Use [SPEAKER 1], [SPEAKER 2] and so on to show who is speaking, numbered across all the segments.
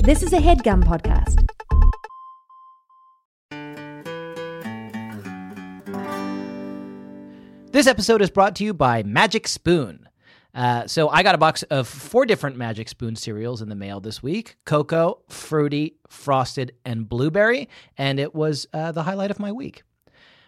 [SPEAKER 1] This is a headgum podcast.
[SPEAKER 2] This episode is brought to you by Magic Spoon. Uh, so I got a box of four different Magic Spoon cereals in the mail this week: cocoa, fruity, frosted, and blueberry. And it was uh, the highlight of my week.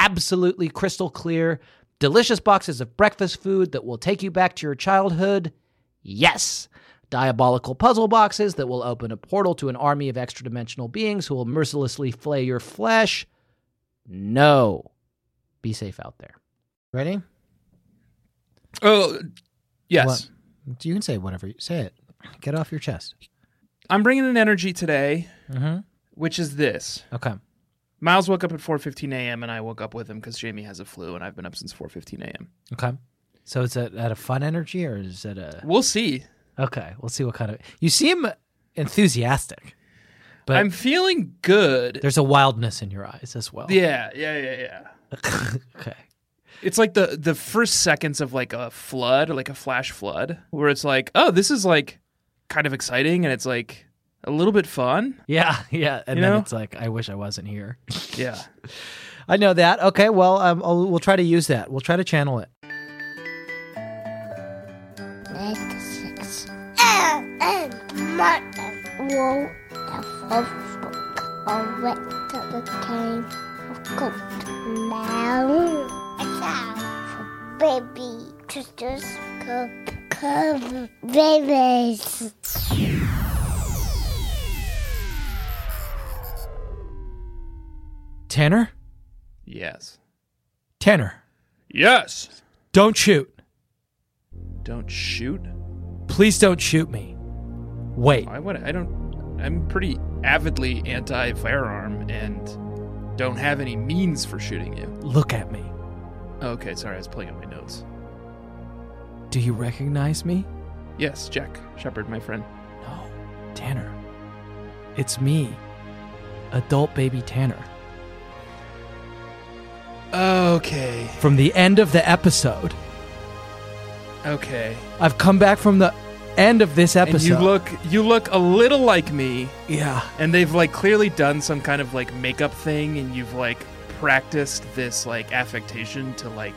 [SPEAKER 2] absolutely crystal clear, delicious boxes of breakfast food that will take you back to your childhood. Yes. Diabolical puzzle boxes that will open a portal to an army of extra dimensional beings who will mercilessly flay your flesh. No. Be safe out there. Ready?
[SPEAKER 3] Oh, yes.
[SPEAKER 2] What? You can say whatever you say it. Get off your chest.
[SPEAKER 3] I'm bringing an energy today,
[SPEAKER 2] Mhm.
[SPEAKER 3] which is this.
[SPEAKER 2] Okay.
[SPEAKER 3] Miles woke up at 4:15 a.m. and I woke up with him because Jamie has a flu and I've been up since 4:15 a.m.
[SPEAKER 2] Okay. So is that at a fun energy or is it a
[SPEAKER 3] We'll see.
[SPEAKER 2] Okay, we'll see what kind of You seem enthusiastic. But
[SPEAKER 3] I'm feeling good.
[SPEAKER 2] there's a wildness in your eyes as well.
[SPEAKER 3] Yeah, yeah, yeah, yeah.
[SPEAKER 2] okay.
[SPEAKER 3] It's like the the first seconds of like a flood, like a flash flood, where it's like, oh, this is like kind of exciting and it's like a little bit fun.
[SPEAKER 2] Yeah, yeah. And
[SPEAKER 3] You
[SPEAKER 2] then
[SPEAKER 3] know?
[SPEAKER 2] it's like, I wish I wasn't here.
[SPEAKER 3] Yeah.
[SPEAKER 2] I know that. Okay, well, um, I'll, we'll try to use that. We'll try to channel it.
[SPEAKER 4] Make six. And, and Martin roll the first book of it to the king of gold. Now it's out for baby sisters cup cup babies.
[SPEAKER 2] Tanner?
[SPEAKER 3] Yes.
[SPEAKER 2] Tanner,
[SPEAKER 3] Yes.
[SPEAKER 2] don't shoot.
[SPEAKER 3] Don't shoot.
[SPEAKER 2] Please don't shoot me. Wait.
[SPEAKER 3] Why would I, I don't? I'm pretty avidly anti-firearm and don't have any means for shooting you.
[SPEAKER 2] Look at me.
[SPEAKER 3] Okay, sorry, I was playing on my notes.
[SPEAKER 2] Do you recognize me?
[SPEAKER 3] Yes, Jack Shepard, my friend.
[SPEAKER 2] No. Tanner. It's me. Adult baby Tanner.
[SPEAKER 3] Okay,
[SPEAKER 2] From the end of the episode.
[SPEAKER 3] okay.
[SPEAKER 2] I've come back from the end of this episode.
[SPEAKER 3] And you look, you look a little like me,
[SPEAKER 2] yeah.
[SPEAKER 3] and they've like clearly done some kind of like makeup thing, and you've like practiced this like affectation to like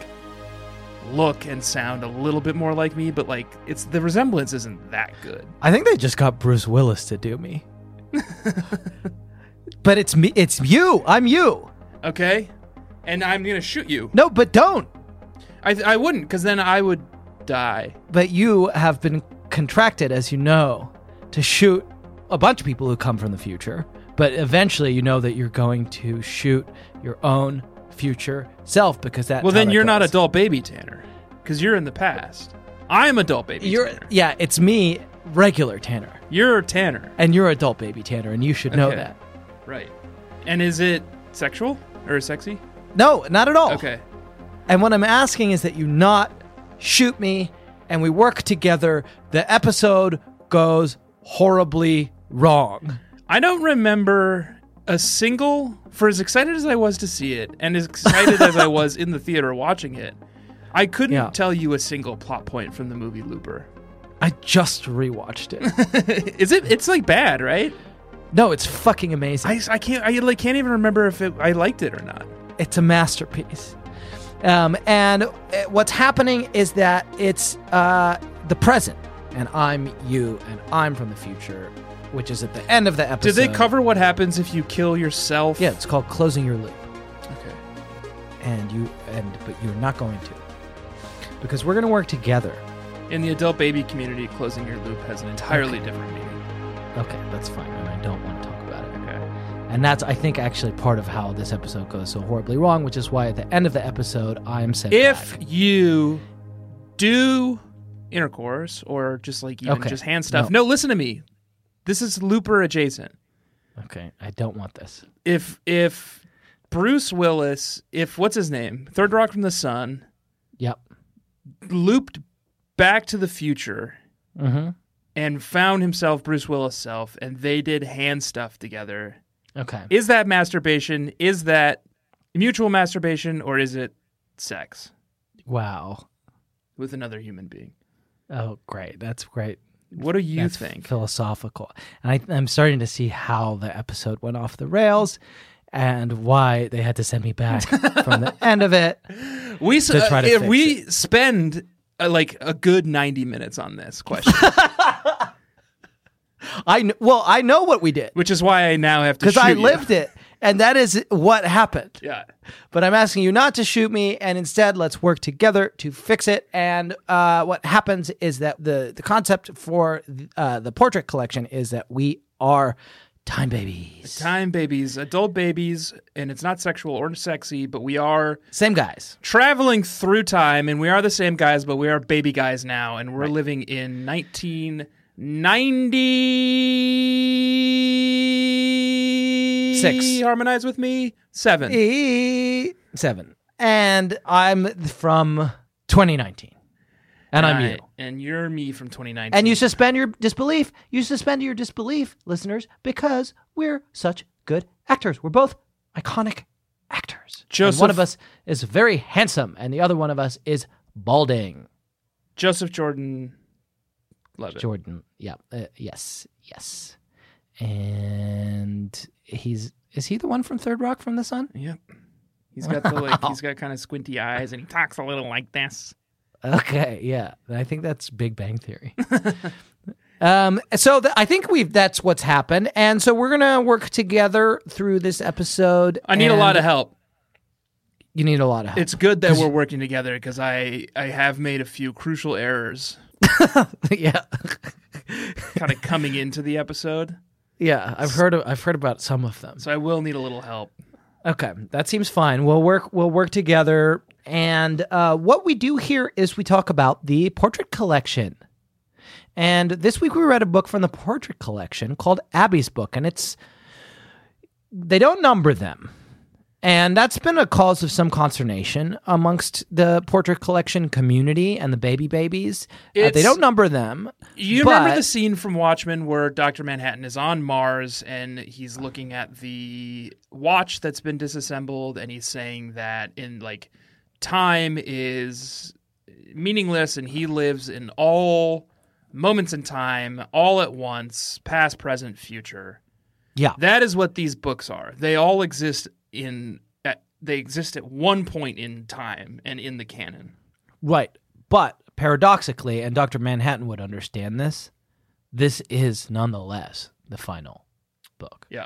[SPEAKER 3] look and sound a little bit more like me, but like it's the resemblance isn't that good.
[SPEAKER 2] I think they just got Bruce Willis to do me. but it's me it's you. I'm you.
[SPEAKER 3] Okay, and I'm gonna shoot you.
[SPEAKER 2] No, but don't.
[SPEAKER 3] I, I wouldn't, because then I would die.
[SPEAKER 2] But you have been contracted, as you know, to shoot a bunch of people who come from the future But eventually, you know that you're going to shoot your own future self because that's
[SPEAKER 3] Well,
[SPEAKER 2] how
[SPEAKER 3] then
[SPEAKER 2] that
[SPEAKER 3] you're not
[SPEAKER 2] goes.
[SPEAKER 3] adult baby Tanner because you're in the past. I'm adult baby
[SPEAKER 2] You're
[SPEAKER 3] Tanner.
[SPEAKER 2] yeah, it's me, regular Tanner,
[SPEAKER 3] You're Tanner.
[SPEAKER 2] and you're adult baby Tanner, and you should know
[SPEAKER 3] Okay.
[SPEAKER 2] that.
[SPEAKER 3] Right. And is it sexual or sexy?
[SPEAKER 2] No, not at all.
[SPEAKER 3] Okay.
[SPEAKER 2] And what I'm asking is that you not shoot me and we work together. The episode goes horribly wrong.
[SPEAKER 3] I don't remember a single, for as excited as I was to see it, and as excited as I was in the theater watching it, I couldn't
[SPEAKER 2] Yeah.
[SPEAKER 3] tell you a single plot point from the movie Looper.
[SPEAKER 2] I just rewatched it.
[SPEAKER 3] Is it? It's like bad, right?
[SPEAKER 2] no, it's fucking amazing.
[SPEAKER 3] I, I can't. I like can't even remember if it, I liked it or not.
[SPEAKER 2] it's a masterpiece. Um, and uh, what's happening is that it's uh, the present, and I'm you, and I'm from the future, which is at the end of the
[SPEAKER 3] Did
[SPEAKER 2] episode.
[SPEAKER 3] they cover what happens if you kill yourself?
[SPEAKER 2] Yeah, it's called closing your loop.
[SPEAKER 3] Okay.
[SPEAKER 2] and you and but you're not going to because we're going to work together
[SPEAKER 3] In the adult baby community, closing your loop has an entirely different meaning.
[SPEAKER 2] okay that's fine and i don't want to talk about it
[SPEAKER 3] Okay.
[SPEAKER 2] and that's i think actually part of how this episode goes so horribly wrong which is why at the end of the episode i'm sent
[SPEAKER 3] If
[SPEAKER 2] back.
[SPEAKER 3] you do intercourse or just like even
[SPEAKER 2] Okay.
[SPEAKER 3] just hand stuff, no. listen to me. This is looper adjacent.
[SPEAKER 2] okay i don't want this
[SPEAKER 3] If if Bruce Willis, if what's his name, Third Rock from the Sun,
[SPEAKER 2] yep
[SPEAKER 3] looped Back to the Future
[SPEAKER 2] mm-hmm
[SPEAKER 3] and found himself Bruce Willis self, and they did hand stuff together.
[SPEAKER 2] okay
[SPEAKER 3] Is that masturbation? Is that mutual masturbation, or is it sex
[SPEAKER 2] wow
[SPEAKER 3] with another human being?
[SPEAKER 2] oh great that's great
[SPEAKER 3] What do you
[SPEAKER 2] That's
[SPEAKER 3] think?
[SPEAKER 2] philosophical and I, i'm starting to see how the episode went off the rails and why they had to send me back from the end of it
[SPEAKER 3] we s-
[SPEAKER 2] to try to
[SPEAKER 3] uh, if
[SPEAKER 2] fix
[SPEAKER 3] we spend uh, like a good ninety minutes on this question,
[SPEAKER 2] i kn- well i know what we did
[SPEAKER 3] which is why I now have to
[SPEAKER 2] because
[SPEAKER 3] shoot
[SPEAKER 2] I
[SPEAKER 3] you.
[SPEAKER 2] lived it, and that is what happened.
[SPEAKER 3] Yeah,
[SPEAKER 2] But I'm asking you not to shoot me, and instead, let's work together to fix it. And uh, what happens is that the the concept for uh, the portrait collection is that we are time babies,
[SPEAKER 3] time babies, adult babies, and it's not sexual or sexy, but we are
[SPEAKER 2] same guys.
[SPEAKER 3] traveling through time, and we are the same guys, but we are baby guys now, and we're living in nineteen ninety
[SPEAKER 2] Six.
[SPEAKER 3] Harmonize with me. Seven.
[SPEAKER 2] E- Seven, and I'm from 2019, and I'm you.
[SPEAKER 3] Right. And you're me from 2019.
[SPEAKER 2] And you suspend your disbelief. You suspend your disbelief, listeners, because we're such good actors. We're both iconic actors. And
[SPEAKER 3] Joseph-
[SPEAKER 2] one of us is very handsome, and the other one of us is balding.
[SPEAKER 3] Joseph Jordan. Love it.
[SPEAKER 2] Jordan. Yeah. Uh, yes. Yes. And he's is he the one from Third Rock from the Sun?
[SPEAKER 3] Yep. He's got the like. He's got kind of squinty eyes, and he talks a little like this.
[SPEAKER 2] Okay, yeah, I think that's Big Bang Theory. um, so th- I think we've that's what's happened, and so we're gonna work together through this episode.
[SPEAKER 3] I need a
[SPEAKER 2] and
[SPEAKER 3] lot of help.
[SPEAKER 2] You need a lot of help.
[SPEAKER 3] It's good that we're working together because I I have made a few crucial errors
[SPEAKER 2] yeah,
[SPEAKER 3] kind of coming into the episode,
[SPEAKER 2] yeah. I've heard of, I've heard about some of them.
[SPEAKER 3] so I will need a little help.
[SPEAKER 2] Okay, that seems fine. We'll work we'll work together. And uh, what we do here is we talk about the portrait collection. And this week we read a book from the portrait collection called Abby's Book, and it's they don't number them. And that's been a cause of some consternation amongst the portrait collection community and the baby babies. Uh, they
[SPEAKER 3] It's-
[SPEAKER 2] don't number them.
[SPEAKER 3] You
[SPEAKER 2] but-
[SPEAKER 3] remember the scene from Watchmen where Dr. Manhattan is on Mars and he's looking at the watch that's been disassembled and he's saying that in like time is meaningless and he lives in all moments in time all at once, past, present, future.
[SPEAKER 2] Yeah.
[SPEAKER 3] That is what these books are. They all exist in at, they exist at one point in time and in the canon.
[SPEAKER 2] Right. But paradoxically, and Dr. Manhattan would understand this, this is nonetheless the final book.
[SPEAKER 3] Yeah.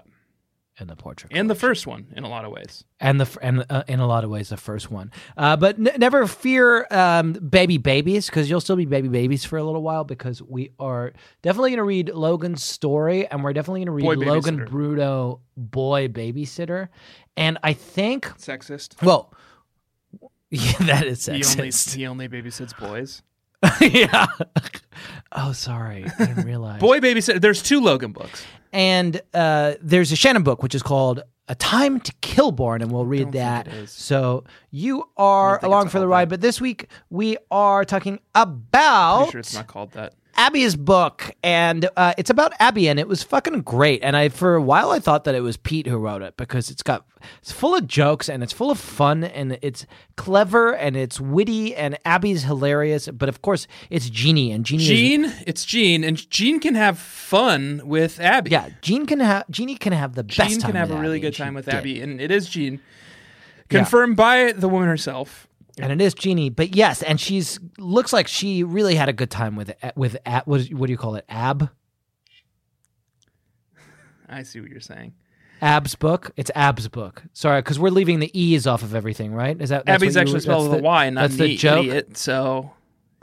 [SPEAKER 2] in the portrait.
[SPEAKER 3] and the first one in a lot of ways.
[SPEAKER 2] and the f- and uh, in a lot of ways the first one. Uh, but n- never fear, um, baby babies, because you'll still be baby babies for a little while. Because we are definitely going to read Logan's story, and we're definitely going to read
[SPEAKER 3] Boy
[SPEAKER 2] Logan
[SPEAKER 3] babysitter.
[SPEAKER 2] Bruno, boy babysitter, and I think
[SPEAKER 3] Sexist.
[SPEAKER 2] well. Yeah, that is
[SPEAKER 3] He only,
[SPEAKER 2] sexist.
[SPEAKER 3] he only babysits boys.
[SPEAKER 2] yeah. Oh, sorry. I didn't realize.
[SPEAKER 3] Boy babysit. There's two Logan books.
[SPEAKER 2] And uh, there's a Shannon book, which is called A Time to Kilborn, and we'll read
[SPEAKER 3] think
[SPEAKER 2] that.
[SPEAKER 3] it is.
[SPEAKER 2] So you are
[SPEAKER 3] think
[SPEAKER 2] along
[SPEAKER 3] it's
[SPEAKER 2] for the
[SPEAKER 3] called
[SPEAKER 2] ride.
[SPEAKER 3] that.
[SPEAKER 2] But this week, we are talking
[SPEAKER 3] Pretty
[SPEAKER 2] about
[SPEAKER 3] sure it's not called that.
[SPEAKER 2] Abby's book. And uh, it's about Abby, and it was fucking great. And I, for a while, I thought that it was Pete who wrote it because it's got, it's full of jokes and it's full of fun and it's clever and it's witty and Abby's hilarious. But of course, it's Jeannie, and Jeannie is
[SPEAKER 3] Gene, it's Gene, and Gene can have fun with Abby.
[SPEAKER 2] Yeah, Jean can have Jeannie can have the best
[SPEAKER 3] Gene
[SPEAKER 2] time.
[SPEAKER 3] can have
[SPEAKER 2] with
[SPEAKER 3] a really
[SPEAKER 2] Abby, and
[SPEAKER 3] good
[SPEAKER 2] she
[SPEAKER 3] time with
[SPEAKER 2] did.
[SPEAKER 3] Abby, and it is Gene, confirmed by the woman herself.
[SPEAKER 2] and it is Jeannie. But yes, and she's looks like she really had a good time with eh, with ab, what, is- what do you call it? Ab
[SPEAKER 3] I see what you're saying.
[SPEAKER 2] Ab's book. It's Ab's book. Sorry, because we're leaving the e's off of everything, right? Is that that's
[SPEAKER 3] Abby's
[SPEAKER 2] what you
[SPEAKER 3] actually
[SPEAKER 2] were-
[SPEAKER 3] spelled
[SPEAKER 2] that's
[SPEAKER 3] with a
[SPEAKER 2] the-
[SPEAKER 3] Y, not
[SPEAKER 2] that's
[SPEAKER 3] an
[SPEAKER 2] the
[SPEAKER 3] E,
[SPEAKER 2] joke.
[SPEAKER 3] idiot. So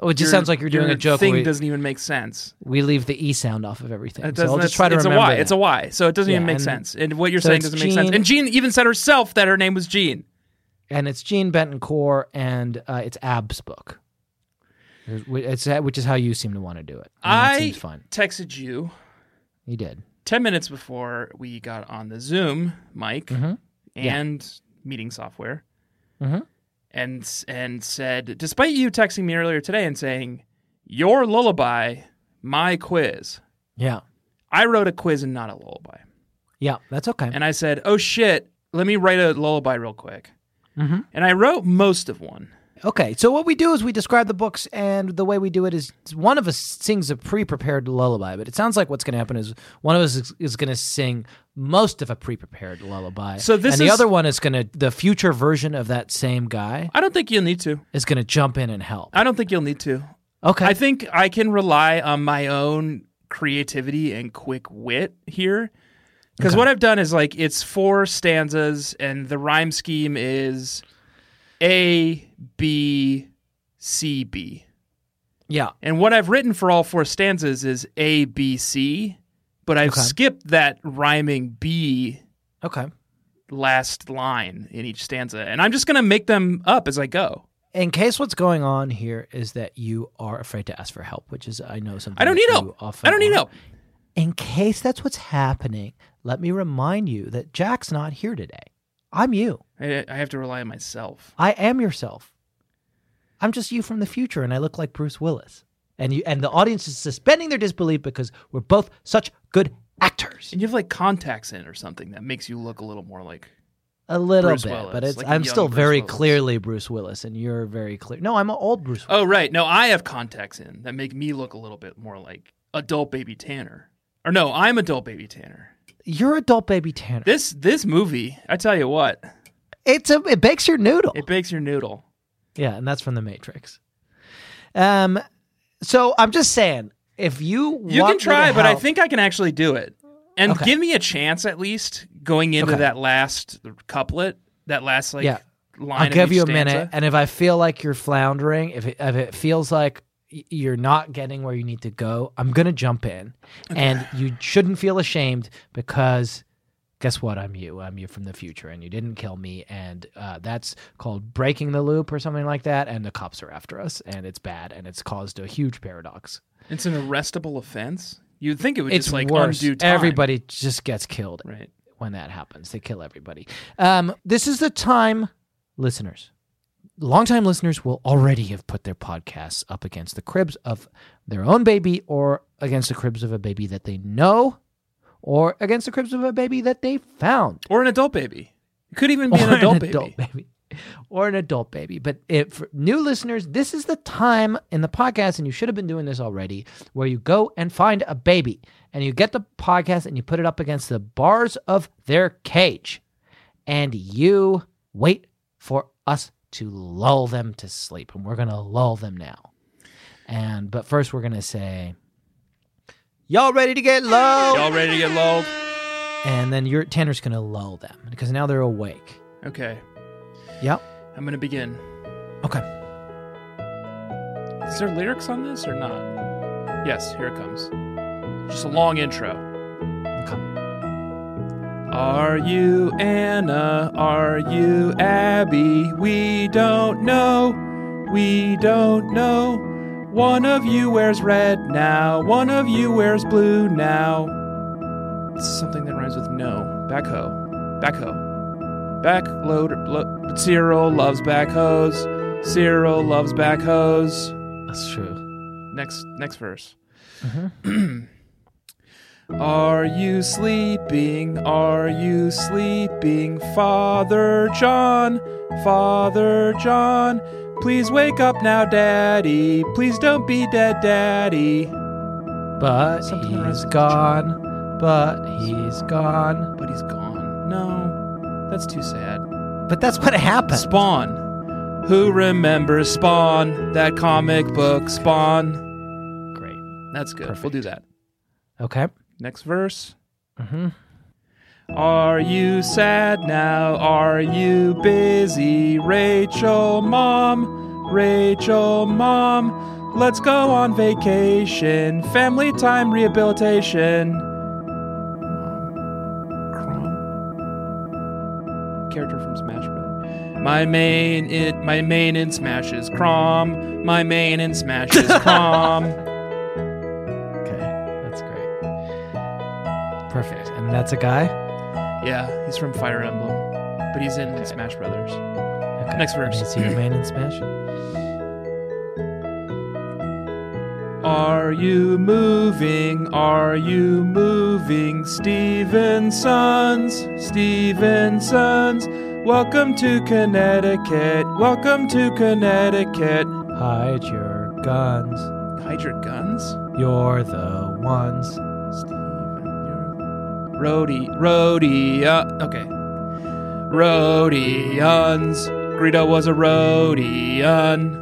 [SPEAKER 2] Oh, it just
[SPEAKER 3] your-
[SPEAKER 2] sounds like you're doing
[SPEAKER 3] your
[SPEAKER 2] a joke.
[SPEAKER 3] Thing
[SPEAKER 2] Where we,
[SPEAKER 3] doesn't even make sense.
[SPEAKER 2] we leave the e sound off of everything.
[SPEAKER 3] It
[SPEAKER 2] so I'll
[SPEAKER 3] doesn't-
[SPEAKER 2] just try to
[SPEAKER 3] it's
[SPEAKER 2] remember.
[SPEAKER 3] a Y.
[SPEAKER 2] that.
[SPEAKER 3] It's a Y, so it doesn't
[SPEAKER 2] Yeah,
[SPEAKER 3] even make
[SPEAKER 2] and-
[SPEAKER 3] sense. And what you're
[SPEAKER 2] so
[SPEAKER 3] saying
[SPEAKER 2] it's
[SPEAKER 3] doesn't make sense.
[SPEAKER 2] Gene-
[SPEAKER 3] And Gene even said herself that her name was Gene.
[SPEAKER 2] and it's Jean Bentoncourt, and uh, it's Ab's book. There's- It's uh, which is how you seem to want to do it. And that
[SPEAKER 3] I
[SPEAKER 2] seems fun.
[SPEAKER 3] texted you
[SPEAKER 2] You did.
[SPEAKER 3] 10 minutes before we got on the Zoom mic and meeting software
[SPEAKER 2] Mhm.
[SPEAKER 3] and and said, despite you texting me earlier today and saying, your lullaby, my quiz,
[SPEAKER 2] Yeah.
[SPEAKER 3] I wrote a quiz and not a lullaby.
[SPEAKER 2] Yeah, that's okay.
[SPEAKER 3] And I said, oh shit, let me write a lullaby real quick.
[SPEAKER 2] Mhm.
[SPEAKER 3] And I wrote most of one.
[SPEAKER 2] Okay, so what we do is we describe the books, and the way we do it is one of us sings a pre-prepared lullaby. But it sounds like what's going to happen is one of us is, is going to sing most of a pre-prepared lullaby.
[SPEAKER 3] So this
[SPEAKER 2] and the
[SPEAKER 3] is-
[SPEAKER 2] other one is going to the future version of that same guy
[SPEAKER 3] I don't think you'll need to.
[SPEAKER 2] is going to jump in and help.
[SPEAKER 3] I don't think you'll need to.
[SPEAKER 2] Okay,
[SPEAKER 3] I think I can rely on my own creativity and quick wit here. Because what I've done is like it's four stanzas, and the rhyme scheme is A, B, C, B.
[SPEAKER 2] yeah,
[SPEAKER 3] And what I've written for all four stanzas is A, B, C, but I've
[SPEAKER 2] Okay.
[SPEAKER 3] skipped that rhyming B
[SPEAKER 2] okay.
[SPEAKER 3] last line in each stanza. And I'm just going to make them up as I go.
[SPEAKER 2] In case what's going on here is that you are afraid to ask for help, which is I know something
[SPEAKER 3] I don't
[SPEAKER 2] that
[SPEAKER 3] need
[SPEAKER 2] you
[SPEAKER 3] help.
[SPEAKER 2] often
[SPEAKER 3] I don't need
[SPEAKER 2] are.
[SPEAKER 3] help.
[SPEAKER 2] In case that's what's happening, let me remind you that Jack's not here today. I'm you.
[SPEAKER 3] I, I have to rely on myself.
[SPEAKER 2] I am yourself. I'm just you from the future, and I look like Bruce Willis. And you and the audience is suspending their disbelief because we're both such good actors.
[SPEAKER 3] And you have like contacts in or something that makes you look a little more like
[SPEAKER 2] A little
[SPEAKER 3] Bruce
[SPEAKER 2] bit,
[SPEAKER 3] Willis,
[SPEAKER 2] but it's
[SPEAKER 3] like a
[SPEAKER 2] I'm
[SPEAKER 3] young
[SPEAKER 2] still
[SPEAKER 3] Bruce
[SPEAKER 2] very
[SPEAKER 3] Willis.
[SPEAKER 2] clearly Bruce Willis, and you're very clear. No, I'm an old Bruce Willis.
[SPEAKER 3] Oh right. No, I have contacts in that make me look a little bit more like adult baby Tanner. Or no, I'm adult baby Tanner.
[SPEAKER 2] You're adult baby Tanner.
[SPEAKER 3] This this movie, I tell you what,
[SPEAKER 2] it's a it bakes your noodle.
[SPEAKER 3] it bakes your noodle.
[SPEAKER 2] Yeah, and that's from The Matrix. Um, so I'm just saying, if you
[SPEAKER 3] You
[SPEAKER 2] want me
[SPEAKER 3] can
[SPEAKER 2] to
[SPEAKER 3] try, but I
[SPEAKER 2] help-
[SPEAKER 3] think I can actually do it. And
[SPEAKER 2] Okay.
[SPEAKER 3] give me a chance at least going into
[SPEAKER 2] Okay.
[SPEAKER 3] that last couplet, that last like
[SPEAKER 2] Yeah.
[SPEAKER 3] line.
[SPEAKER 2] I'll
[SPEAKER 3] of
[SPEAKER 2] give
[SPEAKER 3] each
[SPEAKER 2] you a
[SPEAKER 3] stanza.
[SPEAKER 2] minute, and if I feel like you're floundering, if it, if it feels like y- you're not getting where you need to go, I'm gonna jump in, and you shouldn't feel ashamed because guess what? I'm you. I'm you from the future, and you didn't kill me, and uh, that's called breaking the loop or something like that. And the cops are after us, and it's bad, and it's caused a huge paradox.
[SPEAKER 3] It's an arrestable offense. You'd think it would
[SPEAKER 2] It's
[SPEAKER 3] just like
[SPEAKER 2] worse.
[SPEAKER 3] undo time.
[SPEAKER 2] Everybody just gets killed
[SPEAKER 3] Right.
[SPEAKER 2] when that happens. They kill everybody. Um, this is the time, listeners. Longtime listeners will already have put their podcasts up against the cribs of their own baby or against the cribs of a baby that they know or against the cribs of a baby that they found
[SPEAKER 3] Or an adult baby. It could even be an adult, baby.
[SPEAKER 2] baby. Or an adult baby. But if for new listeners, this is the time in the podcast, and you should have been doing this already, where you go and find a baby and you get the podcast and you put it up against the bars of their cage and you wait for us to lull them to sleep. And we're going to lull them now. And but first, we're going to say, Y'all ready to get lulled?
[SPEAKER 3] Y'all ready to get lulled?
[SPEAKER 2] and then your Tanner's gonna lull them because now they're awake.
[SPEAKER 3] Okay.
[SPEAKER 2] Yep.
[SPEAKER 3] I'm gonna begin.
[SPEAKER 2] Okay.
[SPEAKER 3] Is there lyrics on this or not? Yes, here it comes. Just a long intro. Are you Anna? Are you Abby? We don't know. We don't know. One of you wears red now. One of you wears blue now. This is something that rhymes with no. Backhoe. Backhoe. Backloader. Lo- Cyril loves backhoes. Cyril loves backhoes
[SPEAKER 2] That's true.
[SPEAKER 3] next next verse. Are you sleeping? Are you sleeping, Father John? Father John, please wake up now, Daddy. Please don't be dead, Daddy.
[SPEAKER 2] But
[SPEAKER 3] Something
[SPEAKER 2] he's
[SPEAKER 3] around-
[SPEAKER 2] gone. But he's gone.
[SPEAKER 3] But he's gone. No, that's too sad.
[SPEAKER 2] But that's what happened.
[SPEAKER 3] Spawn. Who remembers Spawn? That comic book, Spawn.
[SPEAKER 2] Great.
[SPEAKER 3] That's good. We'll do that.
[SPEAKER 2] Okay.
[SPEAKER 3] Next verse.
[SPEAKER 2] hmm
[SPEAKER 3] Are you sad now? Are you busy? Rachel, mom, Rachel, mom, let's go on vacation. Family time rehabilitation. Crom. Character from Smash Bros. My main it my main in Smash is Crom. My main in Smash is Crom.
[SPEAKER 2] Okay. That's great. Perfect. And that's a guy.
[SPEAKER 3] yeah, he's from Fire Emblem, but he's in Smash Brothers.
[SPEAKER 2] Okay.
[SPEAKER 3] Next verse.
[SPEAKER 2] And is he a man in Smash?
[SPEAKER 3] Are you moving? Are you moving? Stevensons, Stevensons, welcome to Connecticut. Welcome to Connecticut.
[SPEAKER 2] Hide your guns.
[SPEAKER 3] Hide your guns?
[SPEAKER 2] You're the ones.
[SPEAKER 3] Steven, you're. Rody, Rody, uh, okay. Rodians. Greedo was a Rodian.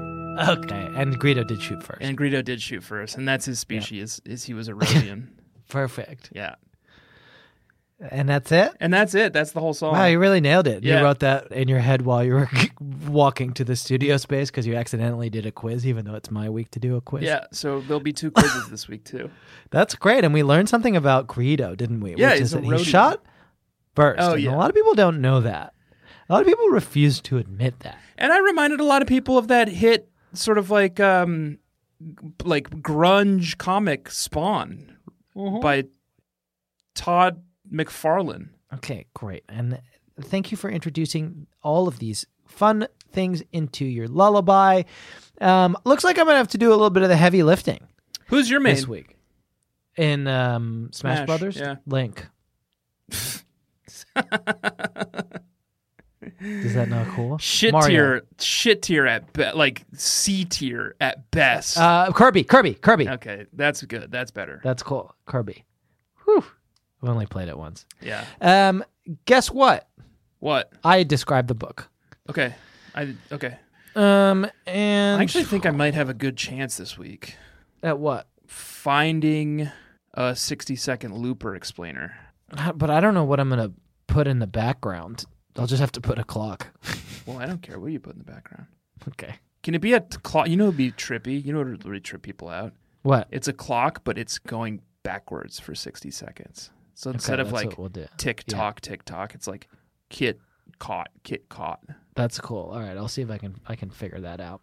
[SPEAKER 2] Okay. And Greedo did shoot first.
[SPEAKER 3] And Greedo did shoot first, and that's his species, is he was a Rodian.
[SPEAKER 2] Perfect.
[SPEAKER 3] yeah.
[SPEAKER 2] And that's it.
[SPEAKER 3] And that's it. That's the whole song.
[SPEAKER 2] Wow, you really nailed it.
[SPEAKER 3] Oh. Yeah.
[SPEAKER 2] You wrote that in your head while you were walking to the studio space because you accidentally did a quiz, even though it's my week to do a quiz.
[SPEAKER 3] Yeah, so there'll be two quizzes this week too.
[SPEAKER 2] That's great. And we learned something about Greedo, didn't we?
[SPEAKER 3] Yeah,
[SPEAKER 2] Which
[SPEAKER 3] he's
[SPEAKER 2] is
[SPEAKER 3] a
[SPEAKER 2] that he
[SPEAKER 3] roadie.
[SPEAKER 2] shot first.
[SPEAKER 3] Oh,
[SPEAKER 2] and
[SPEAKER 3] yeah.
[SPEAKER 2] A lot of people don't know that. A lot of people refuse to admit that.
[SPEAKER 3] And I reminded a lot of people of that hit sort of like um like grunge comic Spawn by Todd McFarlane.
[SPEAKER 2] Okay, great. And thank you for introducing all of these fun things into your lullaby. Um, looks like I'm going to have to do a little bit of the heavy lifting
[SPEAKER 3] Who's your main?
[SPEAKER 2] this week in um, Smash,
[SPEAKER 3] Smash,
[SPEAKER 2] Brothers.
[SPEAKER 3] yeah.
[SPEAKER 2] Link. Is that not cool?
[SPEAKER 3] Shit
[SPEAKER 2] Mario.
[SPEAKER 3] tier, shit tier at be- like C tier at best.
[SPEAKER 2] Uh, Kirby, Kirby, Kirby.
[SPEAKER 3] okay, that's good. That's better.
[SPEAKER 2] That's cool. Kirby. Whew. I've only played it once.
[SPEAKER 3] yeah.
[SPEAKER 2] Um, guess what?
[SPEAKER 3] What?
[SPEAKER 2] I described the book.
[SPEAKER 3] Okay. I okay.
[SPEAKER 2] Um, and
[SPEAKER 3] I actually think I might have a good chance this week
[SPEAKER 2] at what?
[SPEAKER 3] finding a 60 second looper explainer.
[SPEAKER 2] Uh, But I don't know what I'm gonna put in the background. I'll just have to put a clock.
[SPEAKER 3] Well, I don't care what you put in the background.
[SPEAKER 2] okay.
[SPEAKER 3] Can it be a t- clock? You know, it'd be trippy. You know, it'd really trip people out.
[SPEAKER 2] What?
[SPEAKER 3] It's a clock, but it's going backwards for 60 seconds. So instead
[SPEAKER 2] Okay,
[SPEAKER 3] of
[SPEAKER 2] that's
[SPEAKER 3] like
[SPEAKER 2] what we'll do.
[SPEAKER 3] tick tock, tick tock, it's like kit caught, kit caught.
[SPEAKER 2] That's cool. All right, I'll see if I can I can figure that out.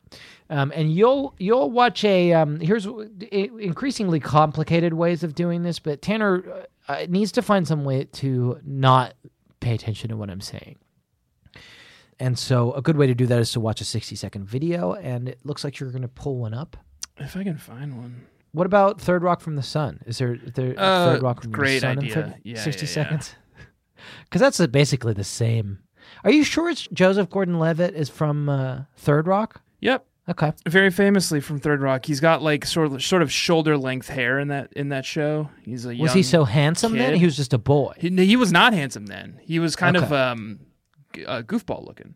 [SPEAKER 2] Um, and you'll you'll watch a um, here's w- i- increasingly complicated ways of doing this, but Tanner uh, uh, needs to find some way to not pay attention to what I'm saying. And so a good way to do that is to watch a 60 second video, and it looks like you're going to pull one up.
[SPEAKER 3] If I can find one.
[SPEAKER 2] What about Third Rock from the Sun? Is there, is there
[SPEAKER 3] Uh,
[SPEAKER 2] Third Rock from
[SPEAKER 3] great
[SPEAKER 2] the Sun
[SPEAKER 3] idea.
[SPEAKER 2] in 30
[SPEAKER 3] Yeah,
[SPEAKER 2] 60
[SPEAKER 3] yeah, yeah.
[SPEAKER 2] seconds? Because that's uh, basically the same. Are you sure it's Joseph Gordon-Levitt is from uh, Third Rock?
[SPEAKER 3] Yep.
[SPEAKER 2] Okay.
[SPEAKER 3] Very famously from Third Rock, he's got like sort of sort of shoulder length hair in that in that show. He's a young,
[SPEAKER 2] Was he so handsome then?
[SPEAKER 3] kid.
[SPEAKER 2] He was just a boy.
[SPEAKER 3] He, he was not handsome then. He was kind of
[SPEAKER 2] Okay.
[SPEAKER 3] um, g- uh, goofball looking.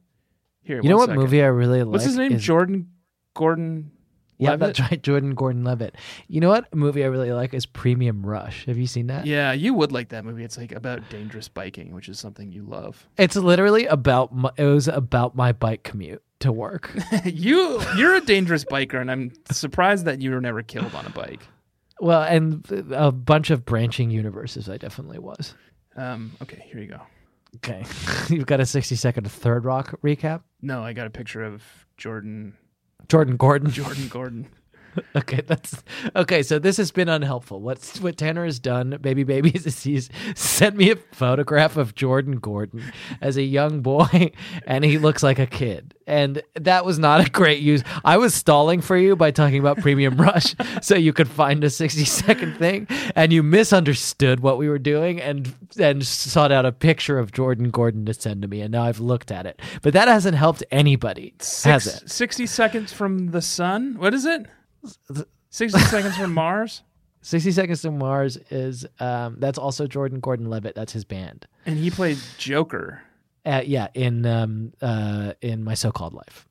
[SPEAKER 3] Here,
[SPEAKER 2] you know what movie I really like?
[SPEAKER 3] What's his name?
[SPEAKER 2] is-
[SPEAKER 3] Jordan Gordon.
[SPEAKER 2] Yeah,
[SPEAKER 3] Levitt?
[SPEAKER 2] that's right. Jordan Gordon Levitt. You know what movie I really like is Premium Rush. Have you seen that?
[SPEAKER 3] Yeah, you would like that movie. It's like about dangerous biking, which is something you love.
[SPEAKER 2] It's literally about my, it was about my bike commute to work.
[SPEAKER 3] you you're a dangerous biker, and I'm surprised that you were never killed on a bike.
[SPEAKER 2] well, and a bunch of branching universes I definitely was.
[SPEAKER 3] Um, okay, here you go.
[SPEAKER 2] Okay. You've got a 60 second third rock recap.
[SPEAKER 3] No, I got a picture of Jordan
[SPEAKER 2] Jordan Gordon.
[SPEAKER 3] Jordan Gordon.
[SPEAKER 2] Okay, that's okay. So this has been unhelpful. What's what Tanner has done, baby babies, is he's sent me a photograph of Jordan Gordon as a young boy, and he looks like a kid. And that was not a great use. I was stalling for you by talking about Premium Rush, so you could find a sixty second thing, and you misunderstood what we were doing, and and sought out a picture of Jordan Gordon to send to me, and now I've looked at it. But that hasn't helped anybody,
[SPEAKER 3] Six,
[SPEAKER 2] has it?
[SPEAKER 3] Sixty seconds from the sun. What is it? Sixty seconds from Mars.
[SPEAKER 2] 60 Seconds to Mars is um, that's also Jordan Gordon Levitt. That's his band.
[SPEAKER 3] And he played Joker.
[SPEAKER 2] Uh, yeah, in um, uh, in my so-called life.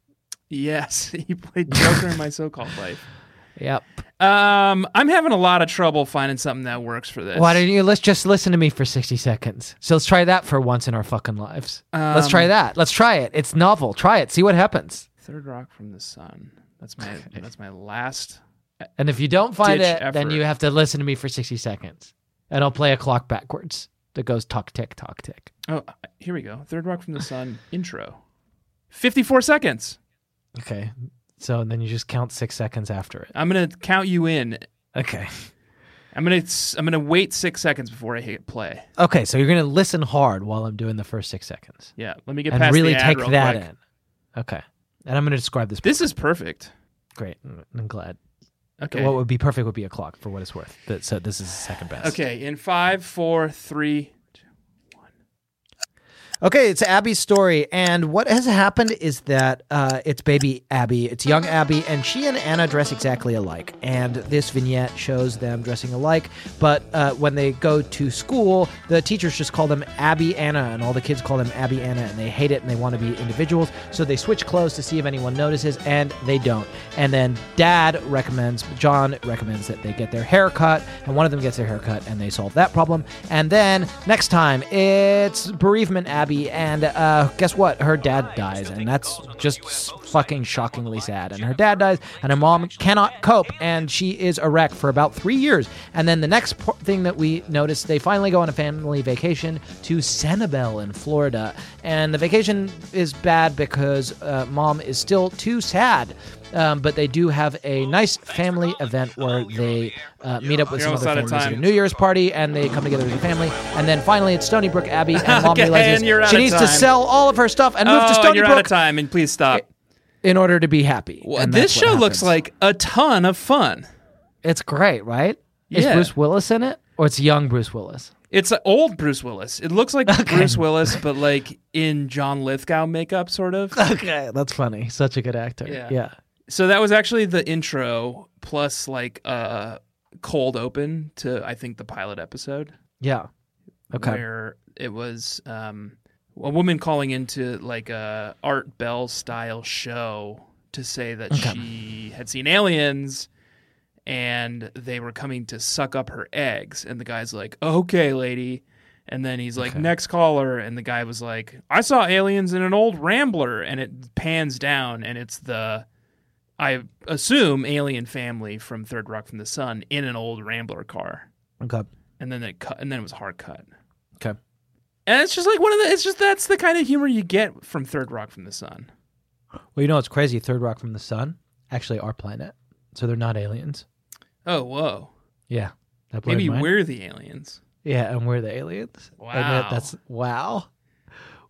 [SPEAKER 3] Yes, he played Joker in my so-called life.
[SPEAKER 2] Yep.
[SPEAKER 3] Um, I'm having a lot of trouble finding something that works for this.
[SPEAKER 2] Why don't you let's just listen to me for 60 seconds? So let's try that for once in our fucking lives. let's try
[SPEAKER 3] Um,
[SPEAKER 2] that. Let's try it. It's novel. Try it. See what happens.
[SPEAKER 3] Third rock from the sun. That's my that's my last.
[SPEAKER 2] And if you don't find
[SPEAKER 3] Ditch
[SPEAKER 2] it, then
[SPEAKER 3] effort.
[SPEAKER 2] you have to listen to me for 60 seconds, and I'll play a clock backwards that goes tock tick tock tick.
[SPEAKER 3] Oh, here we go. Third rock from the sun intro. 54 seconds.
[SPEAKER 2] Okay. So then you just count six seconds after it.
[SPEAKER 3] I'm gonna count you in.
[SPEAKER 2] Okay.
[SPEAKER 3] I'm gonna I'm gonna wait six seconds before I hit play.
[SPEAKER 2] Okay. So you're gonna listen hard while I'm doing the first six seconds.
[SPEAKER 3] Yeah, let me get
[SPEAKER 2] and
[SPEAKER 3] past
[SPEAKER 2] really
[SPEAKER 3] the ad
[SPEAKER 2] take
[SPEAKER 3] real
[SPEAKER 2] that
[SPEAKER 3] quick.
[SPEAKER 2] in. Okay. And I'm going to describe this.
[SPEAKER 3] This is perfect.
[SPEAKER 2] great. I'm glad.
[SPEAKER 3] Okay.
[SPEAKER 2] What would be perfect would be a clock for what it's worth. That, so this is the second best.
[SPEAKER 3] okay. In five, four, three. two-
[SPEAKER 2] Okay. It's Abby's story, and what has happened is that uh, it's baby Abby. It's young Abby, and she and Anna dress exactly alike. And this vignette shows them dressing alike. But uh, when they go to school, the teachers just call them Abby Anna, and all the kids call them Abby Anna, and they hate it and they want to be individuals. So they switch clothes to see if anyone notices, and they don't. And then dad recommends, John recommends that they get their hair cut, and one of them gets their hair cut, and they solve that problem. And then next time, it's bereavement Abby, and uh, guess what? Her dad dies, and that's just fucking shockingly sad. And her dad dies, and her mom cannot cope, and she is a wreck for about three years. And then the next po- thing that we notice, they finally go on a family vacation to Sanibel in Florida. And the vacation is bad because uh, mom is still too sad. Um, but they do have a nice family event where they uh, meet up with
[SPEAKER 3] You're
[SPEAKER 2] some
[SPEAKER 3] almost
[SPEAKER 2] other
[SPEAKER 3] out of
[SPEAKER 2] families at a
[SPEAKER 3] time.
[SPEAKER 2] New Year's party, and they come together as a family. And then finally, it's Stony Brook Abbey, and mom
[SPEAKER 3] Okay,
[SPEAKER 2] realizes
[SPEAKER 3] and you're out
[SPEAKER 2] she
[SPEAKER 3] of
[SPEAKER 2] needs to
[SPEAKER 3] time.
[SPEAKER 2] sell all of her stuff and move to
[SPEAKER 3] Oh,
[SPEAKER 2] Stony
[SPEAKER 3] you're out of
[SPEAKER 2] Brook
[SPEAKER 3] time, and please stop.
[SPEAKER 2] in order to be happy.
[SPEAKER 3] Well,
[SPEAKER 2] And
[SPEAKER 3] this
[SPEAKER 2] that's what
[SPEAKER 3] show looks
[SPEAKER 2] happens.
[SPEAKER 3] like a ton of fun.
[SPEAKER 2] it's great, right? Is
[SPEAKER 3] Yeah.
[SPEAKER 2] Bruce Willis in it, or it's young Bruce Willis?
[SPEAKER 3] It's a old Bruce Willis. It looks like Bruce Willis, but like in John Lithgow makeup, sort of.
[SPEAKER 2] Okay, that's funny. Such a good actor.
[SPEAKER 3] Yeah.
[SPEAKER 2] yeah.
[SPEAKER 3] So that was actually the intro plus like uh, cold open to I think the pilot episode
[SPEAKER 2] Yeah. Okay.
[SPEAKER 3] where it was um, a woman calling into like a Art Bell style show to say that she had seen aliens and they were coming to suck up her eggs and the guy's like okay lady and then he's like next caller and the guy was like I saw aliens in an old rambler and it pans down and it's the I assume alien family from Third Rock from the Sun in an old Rambler car,
[SPEAKER 2] Okay.
[SPEAKER 3] and then it cut, and then it was hard cut.
[SPEAKER 2] Okay.
[SPEAKER 3] And it's just like one of the. It's just that's the kind of humor you get from Third Rock from the Sun.
[SPEAKER 2] Well, you know what's crazy? Third Rock from the Sun, actually our planet, so they're not aliens.
[SPEAKER 3] Oh whoa,
[SPEAKER 2] Yeah. That blew
[SPEAKER 3] maybe
[SPEAKER 2] my mind.
[SPEAKER 3] we're the aliens.
[SPEAKER 2] Yeah, and we're the aliens. And that-
[SPEAKER 3] Wow.
[SPEAKER 2] that's wow.